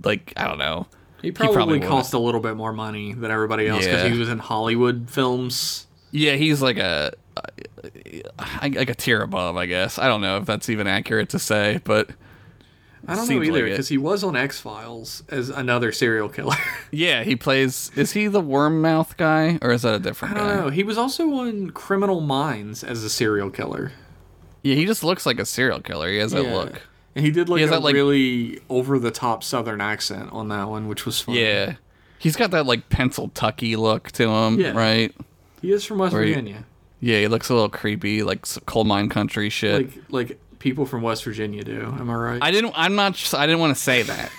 Speaker 2: like I don't know.
Speaker 1: He probably,
Speaker 2: probably would've.
Speaker 1: cost a little bit more money than everybody else because
Speaker 2: Yeah.
Speaker 1: he was in Hollywood films.
Speaker 2: Yeah, he's like a I- like a tier above, I guess. I don't know if that's even accurate to say, but
Speaker 1: I don't
Speaker 2: Seems
Speaker 1: know either
Speaker 2: like it.
Speaker 1: because he was on X Files as another serial killer.
Speaker 2: yeah, he plays. Is he the worm mouth guy, or is that a different
Speaker 1: I don't
Speaker 2: guy?
Speaker 1: know. He was also on Criminal Minds as a serial killer.
Speaker 2: Yeah, he just looks like a serial killer. He has that
Speaker 1: Yeah.
Speaker 2: look.
Speaker 1: And he did like
Speaker 2: has
Speaker 1: a
Speaker 2: that, like-
Speaker 1: really over the top Southern accent on that one, which was fun.
Speaker 2: Yeah, he's got that like pencil tucky look to him,
Speaker 1: Yeah.
Speaker 2: right?
Speaker 1: he is from West
Speaker 2: he-
Speaker 1: Virginia.
Speaker 2: Yeah, he looks a little creepy, like s- coal mine country shit.
Speaker 1: Like like people from West Virginia do. Am I right?
Speaker 2: I didn't. I'm not. s- I didn't want to say that.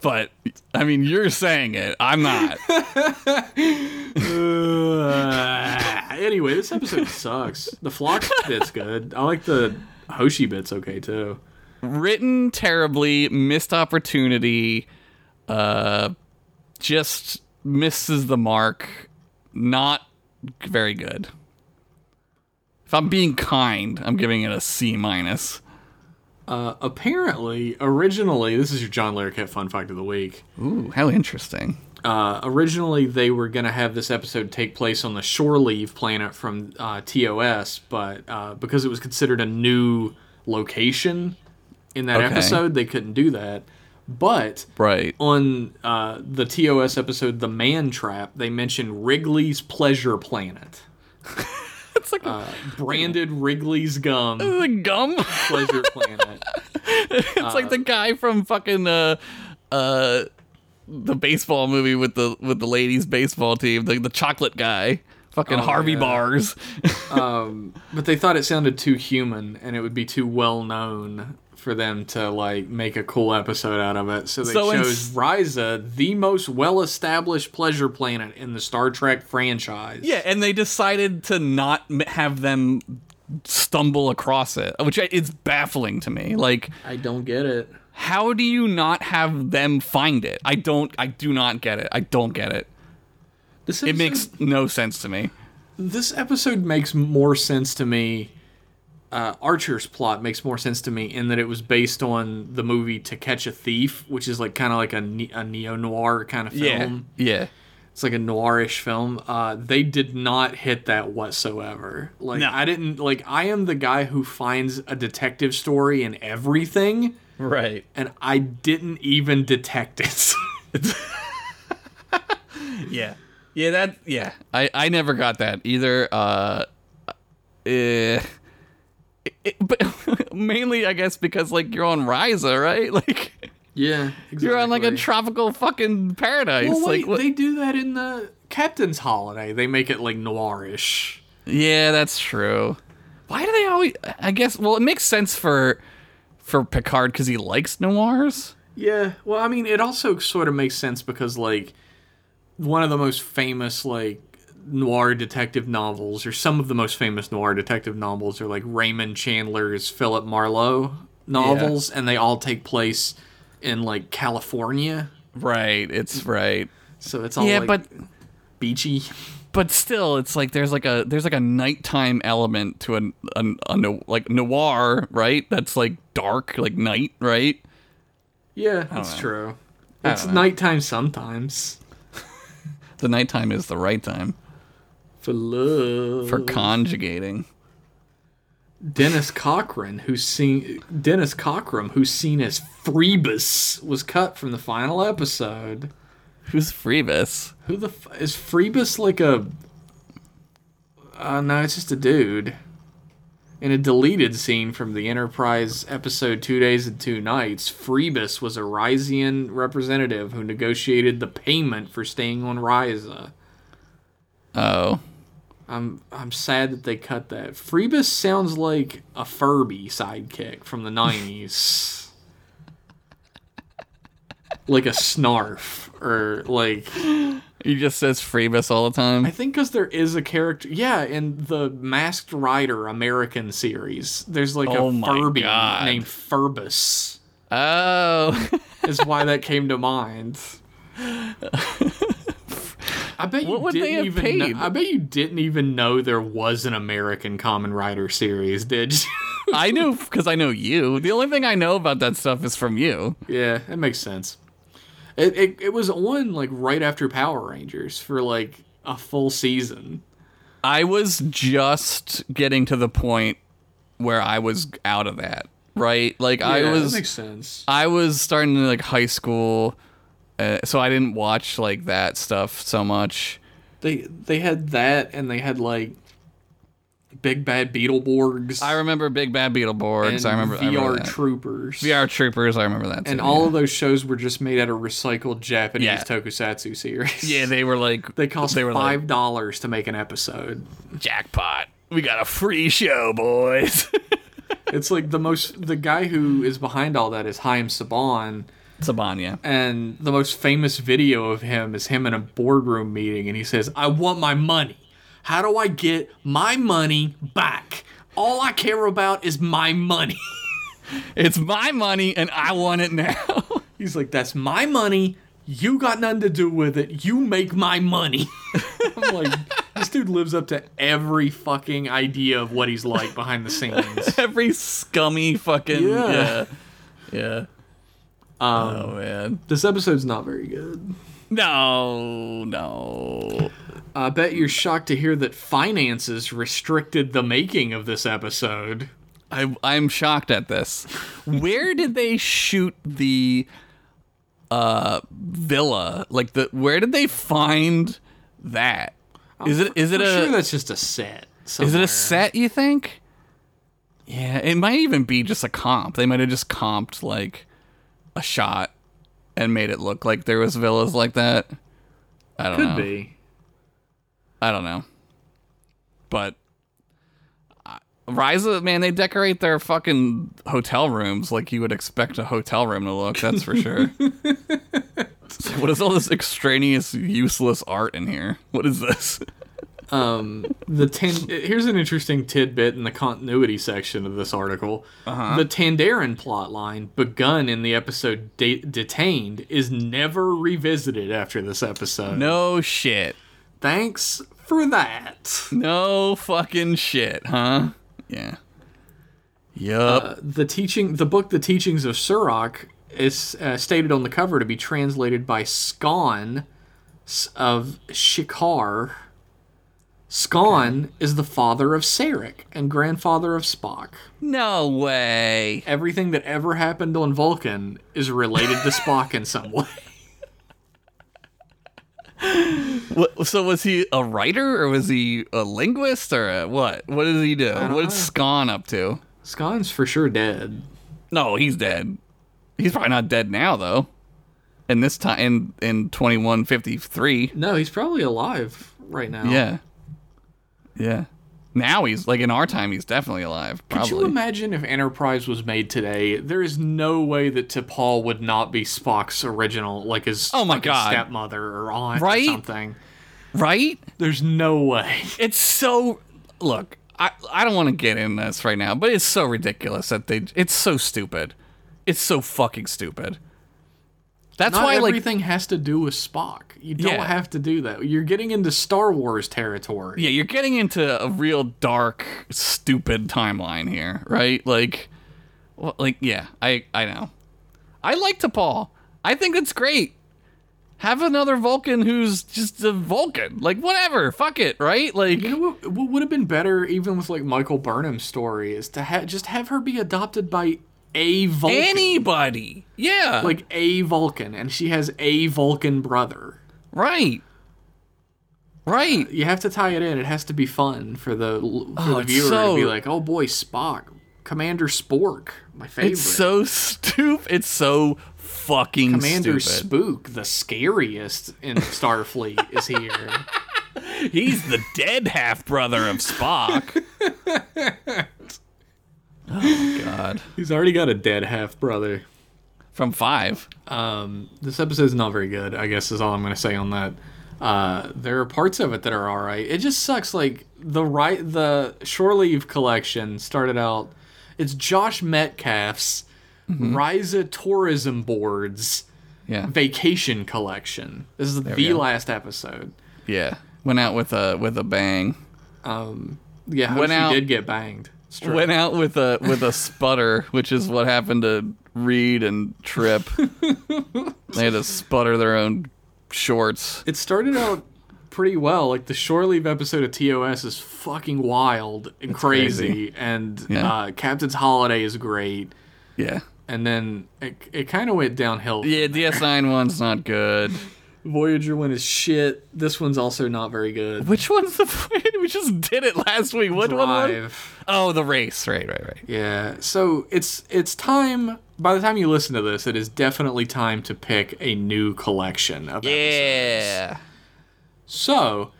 Speaker 2: but I mean, you're saying it. I'm not.
Speaker 1: Uh, anyway, this episode sucks. The flock bit's good. I like the Hoshi bit's okay too.
Speaker 2: written terribly, missed opportunity, uh, just misses the mark, not very good. If I'm being kind, I'm giving it a C minus.
Speaker 1: Apparently, originally, this is your John Larroquette fun fact of the week.
Speaker 2: Ooh, how interesting.
Speaker 1: Uh, originally, they were going to have this episode take place on the Shore Leave planet from uh, TOS, but uh, because it was considered a new location in that
Speaker 2: Okay.
Speaker 1: episode, they couldn't do that. But
Speaker 2: Right.
Speaker 1: on uh, the TOS episode, The Man Trap, they mentioned Wrigley's Pleasure Planet. Uh,
Speaker 2: It's like a,
Speaker 1: Branded Wrigley's Gum
Speaker 2: the gum.
Speaker 1: Pleasure Planet.
Speaker 2: It's like the guy from fucking uh uh the baseball movie with the with the ladies baseball team, the the chocolate guy. Fucking Harvey
Speaker 1: yeah.
Speaker 2: Bars.
Speaker 1: But they thought it sounded too human and it would be too well known for them to like make a cool episode out of it. So they
Speaker 2: So
Speaker 1: chose
Speaker 2: ins-
Speaker 1: Ryza, the most well-established pleasure planet in the Star Trek franchise.
Speaker 2: Yeah, and they decided to not m- have them stumble across it, which I- it's baffling to me. Like,
Speaker 1: I don't get it.
Speaker 2: how do you not have them find it? I don't. I do not get it. I don't get it.
Speaker 1: This
Speaker 2: It makes no sense to me.
Speaker 1: this episode makes more sense to me. Uh, Archer's plot makes more sense to me in that it was based on the movie To Catch a Thief, which is like kind of like a, ne- a neo noir kind of film.
Speaker 2: Yeah.
Speaker 1: It's like a noirish film. Uh, they did not hit that whatsoever. Like
Speaker 2: No.
Speaker 1: I didn't like. I am the guy who finds a detective story in everything,
Speaker 2: Right.
Speaker 1: and I didn't even detect it.
Speaker 2: Yeah. Yeah. That. Yeah. I. I never got that either. Uh. eh, it- but mainly, I guess, because like you're on Ryza, right? Like
Speaker 1: yeah, exactly.
Speaker 2: you're on like a tropical fucking paradise.
Speaker 1: Well,
Speaker 2: like
Speaker 1: wait, they do that in the Captain's Holiday. They make it like noirish.
Speaker 2: Yeah, that's true. Why do they always? I guess. Well, it makes sense for for Picard because he likes noirs.
Speaker 1: Yeah, well, I mean, it also sort of makes sense because like one of the most famous like noir detective novels, or some of the most famous noir detective novels, are like Raymond Chandler's Philip Marlowe novels, and they all take place in like California,
Speaker 2: Right. It's right. Oh,
Speaker 1: so it's all
Speaker 2: yeah,
Speaker 1: like,
Speaker 2: but
Speaker 1: beachy.
Speaker 2: but still, it's like there's like a there's like a nighttime element to an an a no, like noir, right? That's like dark, like night, right?
Speaker 1: Yeah, that's
Speaker 2: know.
Speaker 1: true. It's
Speaker 2: don't know.
Speaker 1: nighttime sometimes
Speaker 2: The nighttime is the right time
Speaker 1: for love.
Speaker 2: for conjugating.
Speaker 1: Dennis Cochran, who's seen Dennis Cochran, who's seen as Freebus, was cut from the final episode.
Speaker 2: Who's Freebus?
Speaker 1: Who the f- is Freebus? Like a? Uh, no, it's just a dude. In a deleted scene from the Enterprise episode Two Days and Two Nights, Freebus was a Ryzian representative who negotiated the payment for staying on Ryza.
Speaker 2: Oh,
Speaker 1: I'm I'm sad that they cut that. Freebus sounds like a Furby sidekick from the nineties. like a snarf or like
Speaker 2: he just says Freebus all the
Speaker 1: I
Speaker 2: time.
Speaker 1: think because there is a character, yeah, in the Masked Rider American series, there's like
Speaker 2: Oh
Speaker 1: a
Speaker 2: my
Speaker 1: Furby
Speaker 2: God.
Speaker 1: named Furbus.
Speaker 2: Oh,
Speaker 1: Is why that came to mind. I bet you
Speaker 2: What would
Speaker 1: didn't
Speaker 2: they have
Speaker 1: even
Speaker 2: paid?
Speaker 1: Know, I bet you didn't even know there was an American Common Rider series, did you?
Speaker 2: I knew because I know you. The only thing I know about that stuff is from you.
Speaker 1: yeah, that makes sense. It, it it was on like right after Power Rangers for like a full season.
Speaker 2: I was just getting to the point where I was out of that, right? Like I
Speaker 1: Yeah,
Speaker 2: was
Speaker 1: that makes sense.
Speaker 2: I was starting to like high school uh, so I didn't watch like that stuff so much.
Speaker 1: They they had that and they had like Big Bad Beetleborgs.
Speaker 2: I remember Big Bad Beetleborgs.
Speaker 1: and
Speaker 2: I remember
Speaker 1: VR
Speaker 2: I remember that.
Speaker 1: Troopers.
Speaker 2: VR Troopers. I remember that. Too,
Speaker 1: And all
Speaker 2: yeah.
Speaker 1: of those shows were just made out of recycled Japanese
Speaker 2: Yeah.
Speaker 1: tokusatsu series.
Speaker 2: yeah, they were like
Speaker 1: They cost
Speaker 2: they were
Speaker 1: five dollars to make an episode.
Speaker 2: like jackpot. We got a free show, boys.
Speaker 1: It's like the most. The guy who is behind all that is Haim Saban,
Speaker 2: Sabania.
Speaker 1: and the most famous video of him is him in a boardroom meeting, and he says, "I want my money. How do I get my money back? All I care about is my money."
Speaker 2: It's my money and I want it now.
Speaker 1: He's like, "That's my money. You got nothing to do with it. You make my money." I'm like, just dude lives up to every fucking idea of what he's like behind the scenes.
Speaker 2: Every scummy fucking yeah,
Speaker 1: Yeah.
Speaker 2: yeah. oh man,
Speaker 1: this episode's not very good.
Speaker 2: no, no.
Speaker 1: I bet you're shocked to hear that finances restricted the making of this episode.
Speaker 2: I, I'm shocked at this. Where did they shoot the uh, villa? Like the where did they find that? Is it is it
Speaker 1: I'm
Speaker 2: a
Speaker 1: Oh, sure that's just a set.
Speaker 2: is it
Speaker 1: somewhere.
Speaker 2: a set? You think? Yeah, it might even be just a comp. They might have just comped like a shot and made it look like there was villas like that. I don't know.
Speaker 1: Could be.
Speaker 2: I don't know. But uh, Ryza, man, they decorate their fucking hotel rooms like you would expect a hotel room to look. That's for sure. It's like, what is all this extraneous, useless art in here? What is this?
Speaker 1: The tan- here's an interesting tidbit in the continuity section of this article. The Tandarin plotline, begun in the episode de- "Detained," is never revisited after this episode.
Speaker 2: No shit.
Speaker 1: Thanks for that.
Speaker 2: No fucking shit, huh? Yeah. Yup.
Speaker 1: The teaching, the book, "The Teachings of Sirach," is uh, stated on the cover to be translated by Skan s- of Shikar. Skan is the father of Sarek and grandfather of Spock.
Speaker 2: no way.
Speaker 1: everything that ever happened on Vulcan is related to Spock in some way.
Speaker 2: What, so was he a writer or was he a linguist or a what? What does he do? What is Scon up to?
Speaker 1: Scon's for sure dead.
Speaker 2: No, he's dead. He's probably not dead now though. In this time in in 2153.
Speaker 1: No, he's probably alive right now.
Speaker 2: Yeah. Yeah. Now he's like in our time he's definitely alive
Speaker 1: Could you
Speaker 2: probably.
Speaker 1: imagine if Enterprise was made today? There is no way that T'Pol would not be Spock's original, like his
Speaker 2: Oh my
Speaker 1: fucking
Speaker 2: God.
Speaker 1: stepmother or aunt
Speaker 2: Right?
Speaker 1: or something.
Speaker 2: right?
Speaker 1: There's no way.
Speaker 2: It's so look, I I don't want to get in this right now, but it's so ridiculous that they it's so stupid. It's so fucking stupid. That's
Speaker 1: Not
Speaker 2: why like
Speaker 1: everything has to do with Spock. You don't
Speaker 2: Yeah.
Speaker 1: have to do that. You're getting into Star Wars territory.
Speaker 2: Yeah, you're getting into a real dark, stupid timeline here, right? Like, well, like, yeah, I, I know. I like T'Pol. I think it's great. Have another Vulcan who's just a Vulcan. Like, whatever. Fuck it, right? Like,
Speaker 1: You know what, what would have been better, even with like Michael Burnham's story, is to ha- just have her be adopted by a Vulcan,
Speaker 2: anybody. Yeah. Like,
Speaker 1: like a Vulcan, and she has a Vulcan brother.
Speaker 2: right. Right.
Speaker 1: You have to tie it in. It has to be fun for the for
Speaker 2: Oh,
Speaker 1: the
Speaker 2: it's
Speaker 1: viewer
Speaker 2: so-
Speaker 1: to be like, "Oh boy, Spock, Commander Spork, my favorite."
Speaker 2: It's so stupid. It's so fucking
Speaker 1: Commander
Speaker 2: stupid.
Speaker 1: Spook, the scariest in Starfleet, is here.
Speaker 2: He's the dead half brother of Spock. oh God!
Speaker 1: He's already got a dead half brother.
Speaker 2: From five.
Speaker 1: this episode's not very good i guess is all i'm going to say on that uh, there are parts of it that are all right it just sucks like the right the shore leave collection started out it's josh metcalf's
Speaker 2: Mm-hmm.
Speaker 1: Ryza tourism board's
Speaker 2: Yeah.
Speaker 1: vacation collection this is
Speaker 2: we
Speaker 1: the
Speaker 2: go.
Speaker 1: last episode
Speaker 2: Yeah. Went out with a with a bang.
Speaker 1: yeah
Speaker 2: Went
Speaker 1: Hoshi
Speaker 2: out-
Speaker 1: did get banged It's true.
Speaker 2: Went out with a with a sputter, which is what happened to Reed and Trip. they had to sputter their own shorts.
Speaker 1: it started out pretty well like the shore leave episode of tos is fucking wild and crazy.
Speaker 2: crazy.
Speaker 1: and
Speaker 2: Yeah.
Speaker 1: uh, captain's holiday is great
Speaker 2: Yeah.
Speaker 1: and then it, it kind of went downhill.
Speaker 2: Yeah. DS9 one's not good.
Speaker 1: Voyager one is shit. This one's also not very good.
Speaker 2: Which one's the? we just did it last week. What one? was-
Speaker 1: Drive.
Speaker 2: Oh, the race. Right. Right. Right.
Speaker 1: Yeah. So it's it's time. By the time you listen to this, it is definitely time to pick a new collection of episodes.
Speaker 2: Yeah.
Speaker 1: So,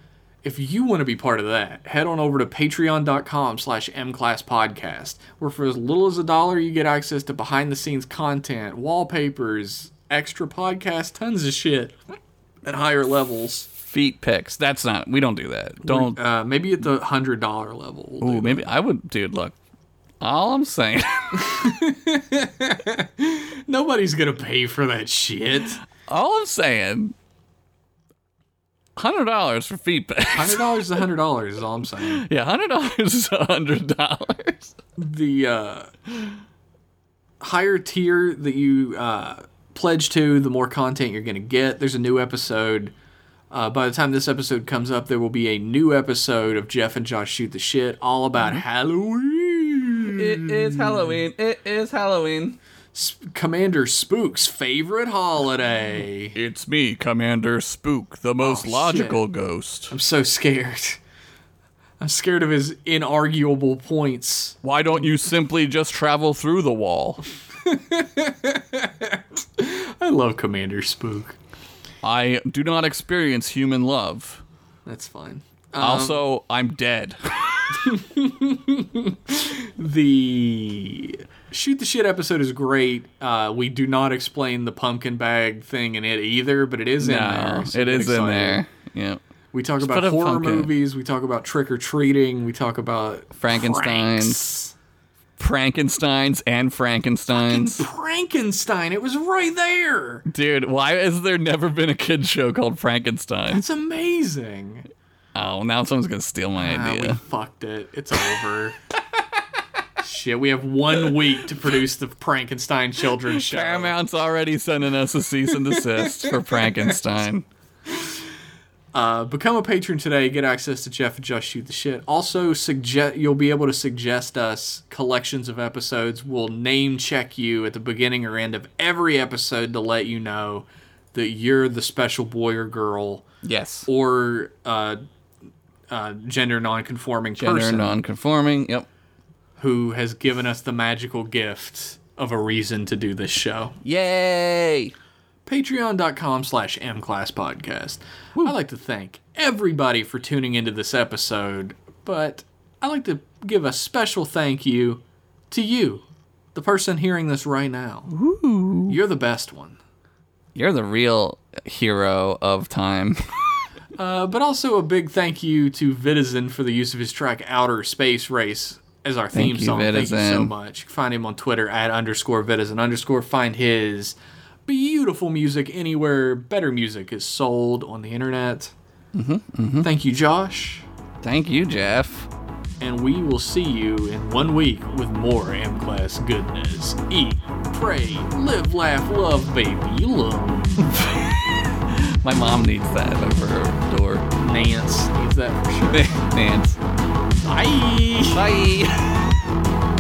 Speaker 1: if you want to be part of that, head on over to patreon.com slash mclasspodcast, where for as little as a dollar, you get access to behind-the-scenes content, wallpapers, extra podcasts, tons of shit at higher levels.
Speaker 2: feet picks. That's not. We don't do that. Don't.
Speaker 1: Uh, maybe at the hundred dollar level. we'll do
Speaker 2: ooh, maybe I would, dude. Look, all I'm saying.
Speaker 1: that. Nobody's gonna pay for that shit.
Speaker 2: all I'm saying. Hundred dollars for feedback.
Speaker 1: Hundred dollars is hundred dollars. Is all I'm saying.
Speaker 2: yeah, hundred dollars is hundred dollars.
Speaker 1: The uh, higher tier that you uh, pledge to, the more content you're going to get. There's a new episode. Uh, by the time this episode comes up, there will be a new episode of Jeff and Josh shoot the shit, all about Halloween.
Speaker 2: It is Halloween. It is Halloween.
Speaker 1: Commander Spook's favorite holiday.
Speaker 2: It's me, Commander Spook, the most
Speaker 1: Oh,
Speaker 2: logical ghost.
Speaker 1: I'm so scared. I'm scared of his inarguable points.
Speaker 2: Why don't you simply just travel through the wall?
Speaker 1: I love Commander Spook.
Speaker 2: I do not experience human love.
Speaker 1: That's fine.
Speaker 2: also, I'm dead.
Speaker 1: The shoot the shit episode is great. Uh, we do not explain the pumpkin bag thing in it either, but it is in
Speaker 2: No,
Speaker 1: there. so
Speaker 2: it
Speaker 1: get
Speaker 2: is in
Speaker 1: excited.
Speaker 2: there. Yeah.
Speaker 1: We talk
Speaker 2: put
Speaker 1: about
Speaker 2: a
Speaker 1: horror
Speaker 2: pumpkin.
Speaker 1: movies. We talk about trick or treating. We talk about
Speaker 2: Frankenstein's,
Speaker 1: pranks.
Speaker 2: Frankenstein's, and Frankenstein's.
Speaker 1: Frankenstein. It was right there.
Speaker 2: Dude, why has there never been a kid show called Frankenstein's?
Speaker 1: It's amazing.
Speaker 2: Oh, now someone's gonna steal my
Speaker 1: Ah, we
Speaker 2: idea.
Speaker 1: fucked it. It's over. Shit, we have one week to produce the Frankenstein children's show.
Speaker 2: Paramount's already sending us a cease and desist for Frankenstein.
Speaker 1: Uh, become a patron today. Get access to Jeff and Just Shoot the Shit. Also, suggest you'll be able to suggest us collections of episodes. We'll name check you at the beginning or end of every episode to let you know that you're the special boy or girl
Speaker 2: Yes.
Speaker 1: or uh, uh, gender non-conforming
Speaker 2: Gender
Speaker 1: person
Speaker 2: non-conforming. Yep.
Speaker 1: who has given us the magical gift of a reason to do this show.
Speaker 2: Yay!
Speaker 1: patreon.com slash mclasspodcast. I'd like to thank everybody for tuning into this episode, but I'd like to give a special thank you to you, the person hearing this right now. You're the best one.
Speaker 2: You're the real hero of time.
Speaker 1: Uh, but also a big thank you to Vitizen for the use of his track Outer Space Race as our theme
Speaker 2: Thank you,
Speaker 1: song. Thank you so
Speaker 2: Vitizen.
Speaker 1: much. You can find him on Twitter at underscore Vitizen underscore. Find his beautiful music anywhere better music is sold on the internet. Mm-hmm, Thank you, Josh.
Speaker 2: Thank you, Jeff.
Speaker 1: And we will see you in one week with more M Class goodness. Eat, pray, live, laugh, love, baby. You love
Speaker 2: My mom needs that over her door.
Speaker 1: Nance. Needs that for sure.
Speaker 2: Nance.
Speaker 1: Bye.
Speaker 2: Bye.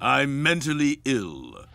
Speaker 8: I'm mentally ill.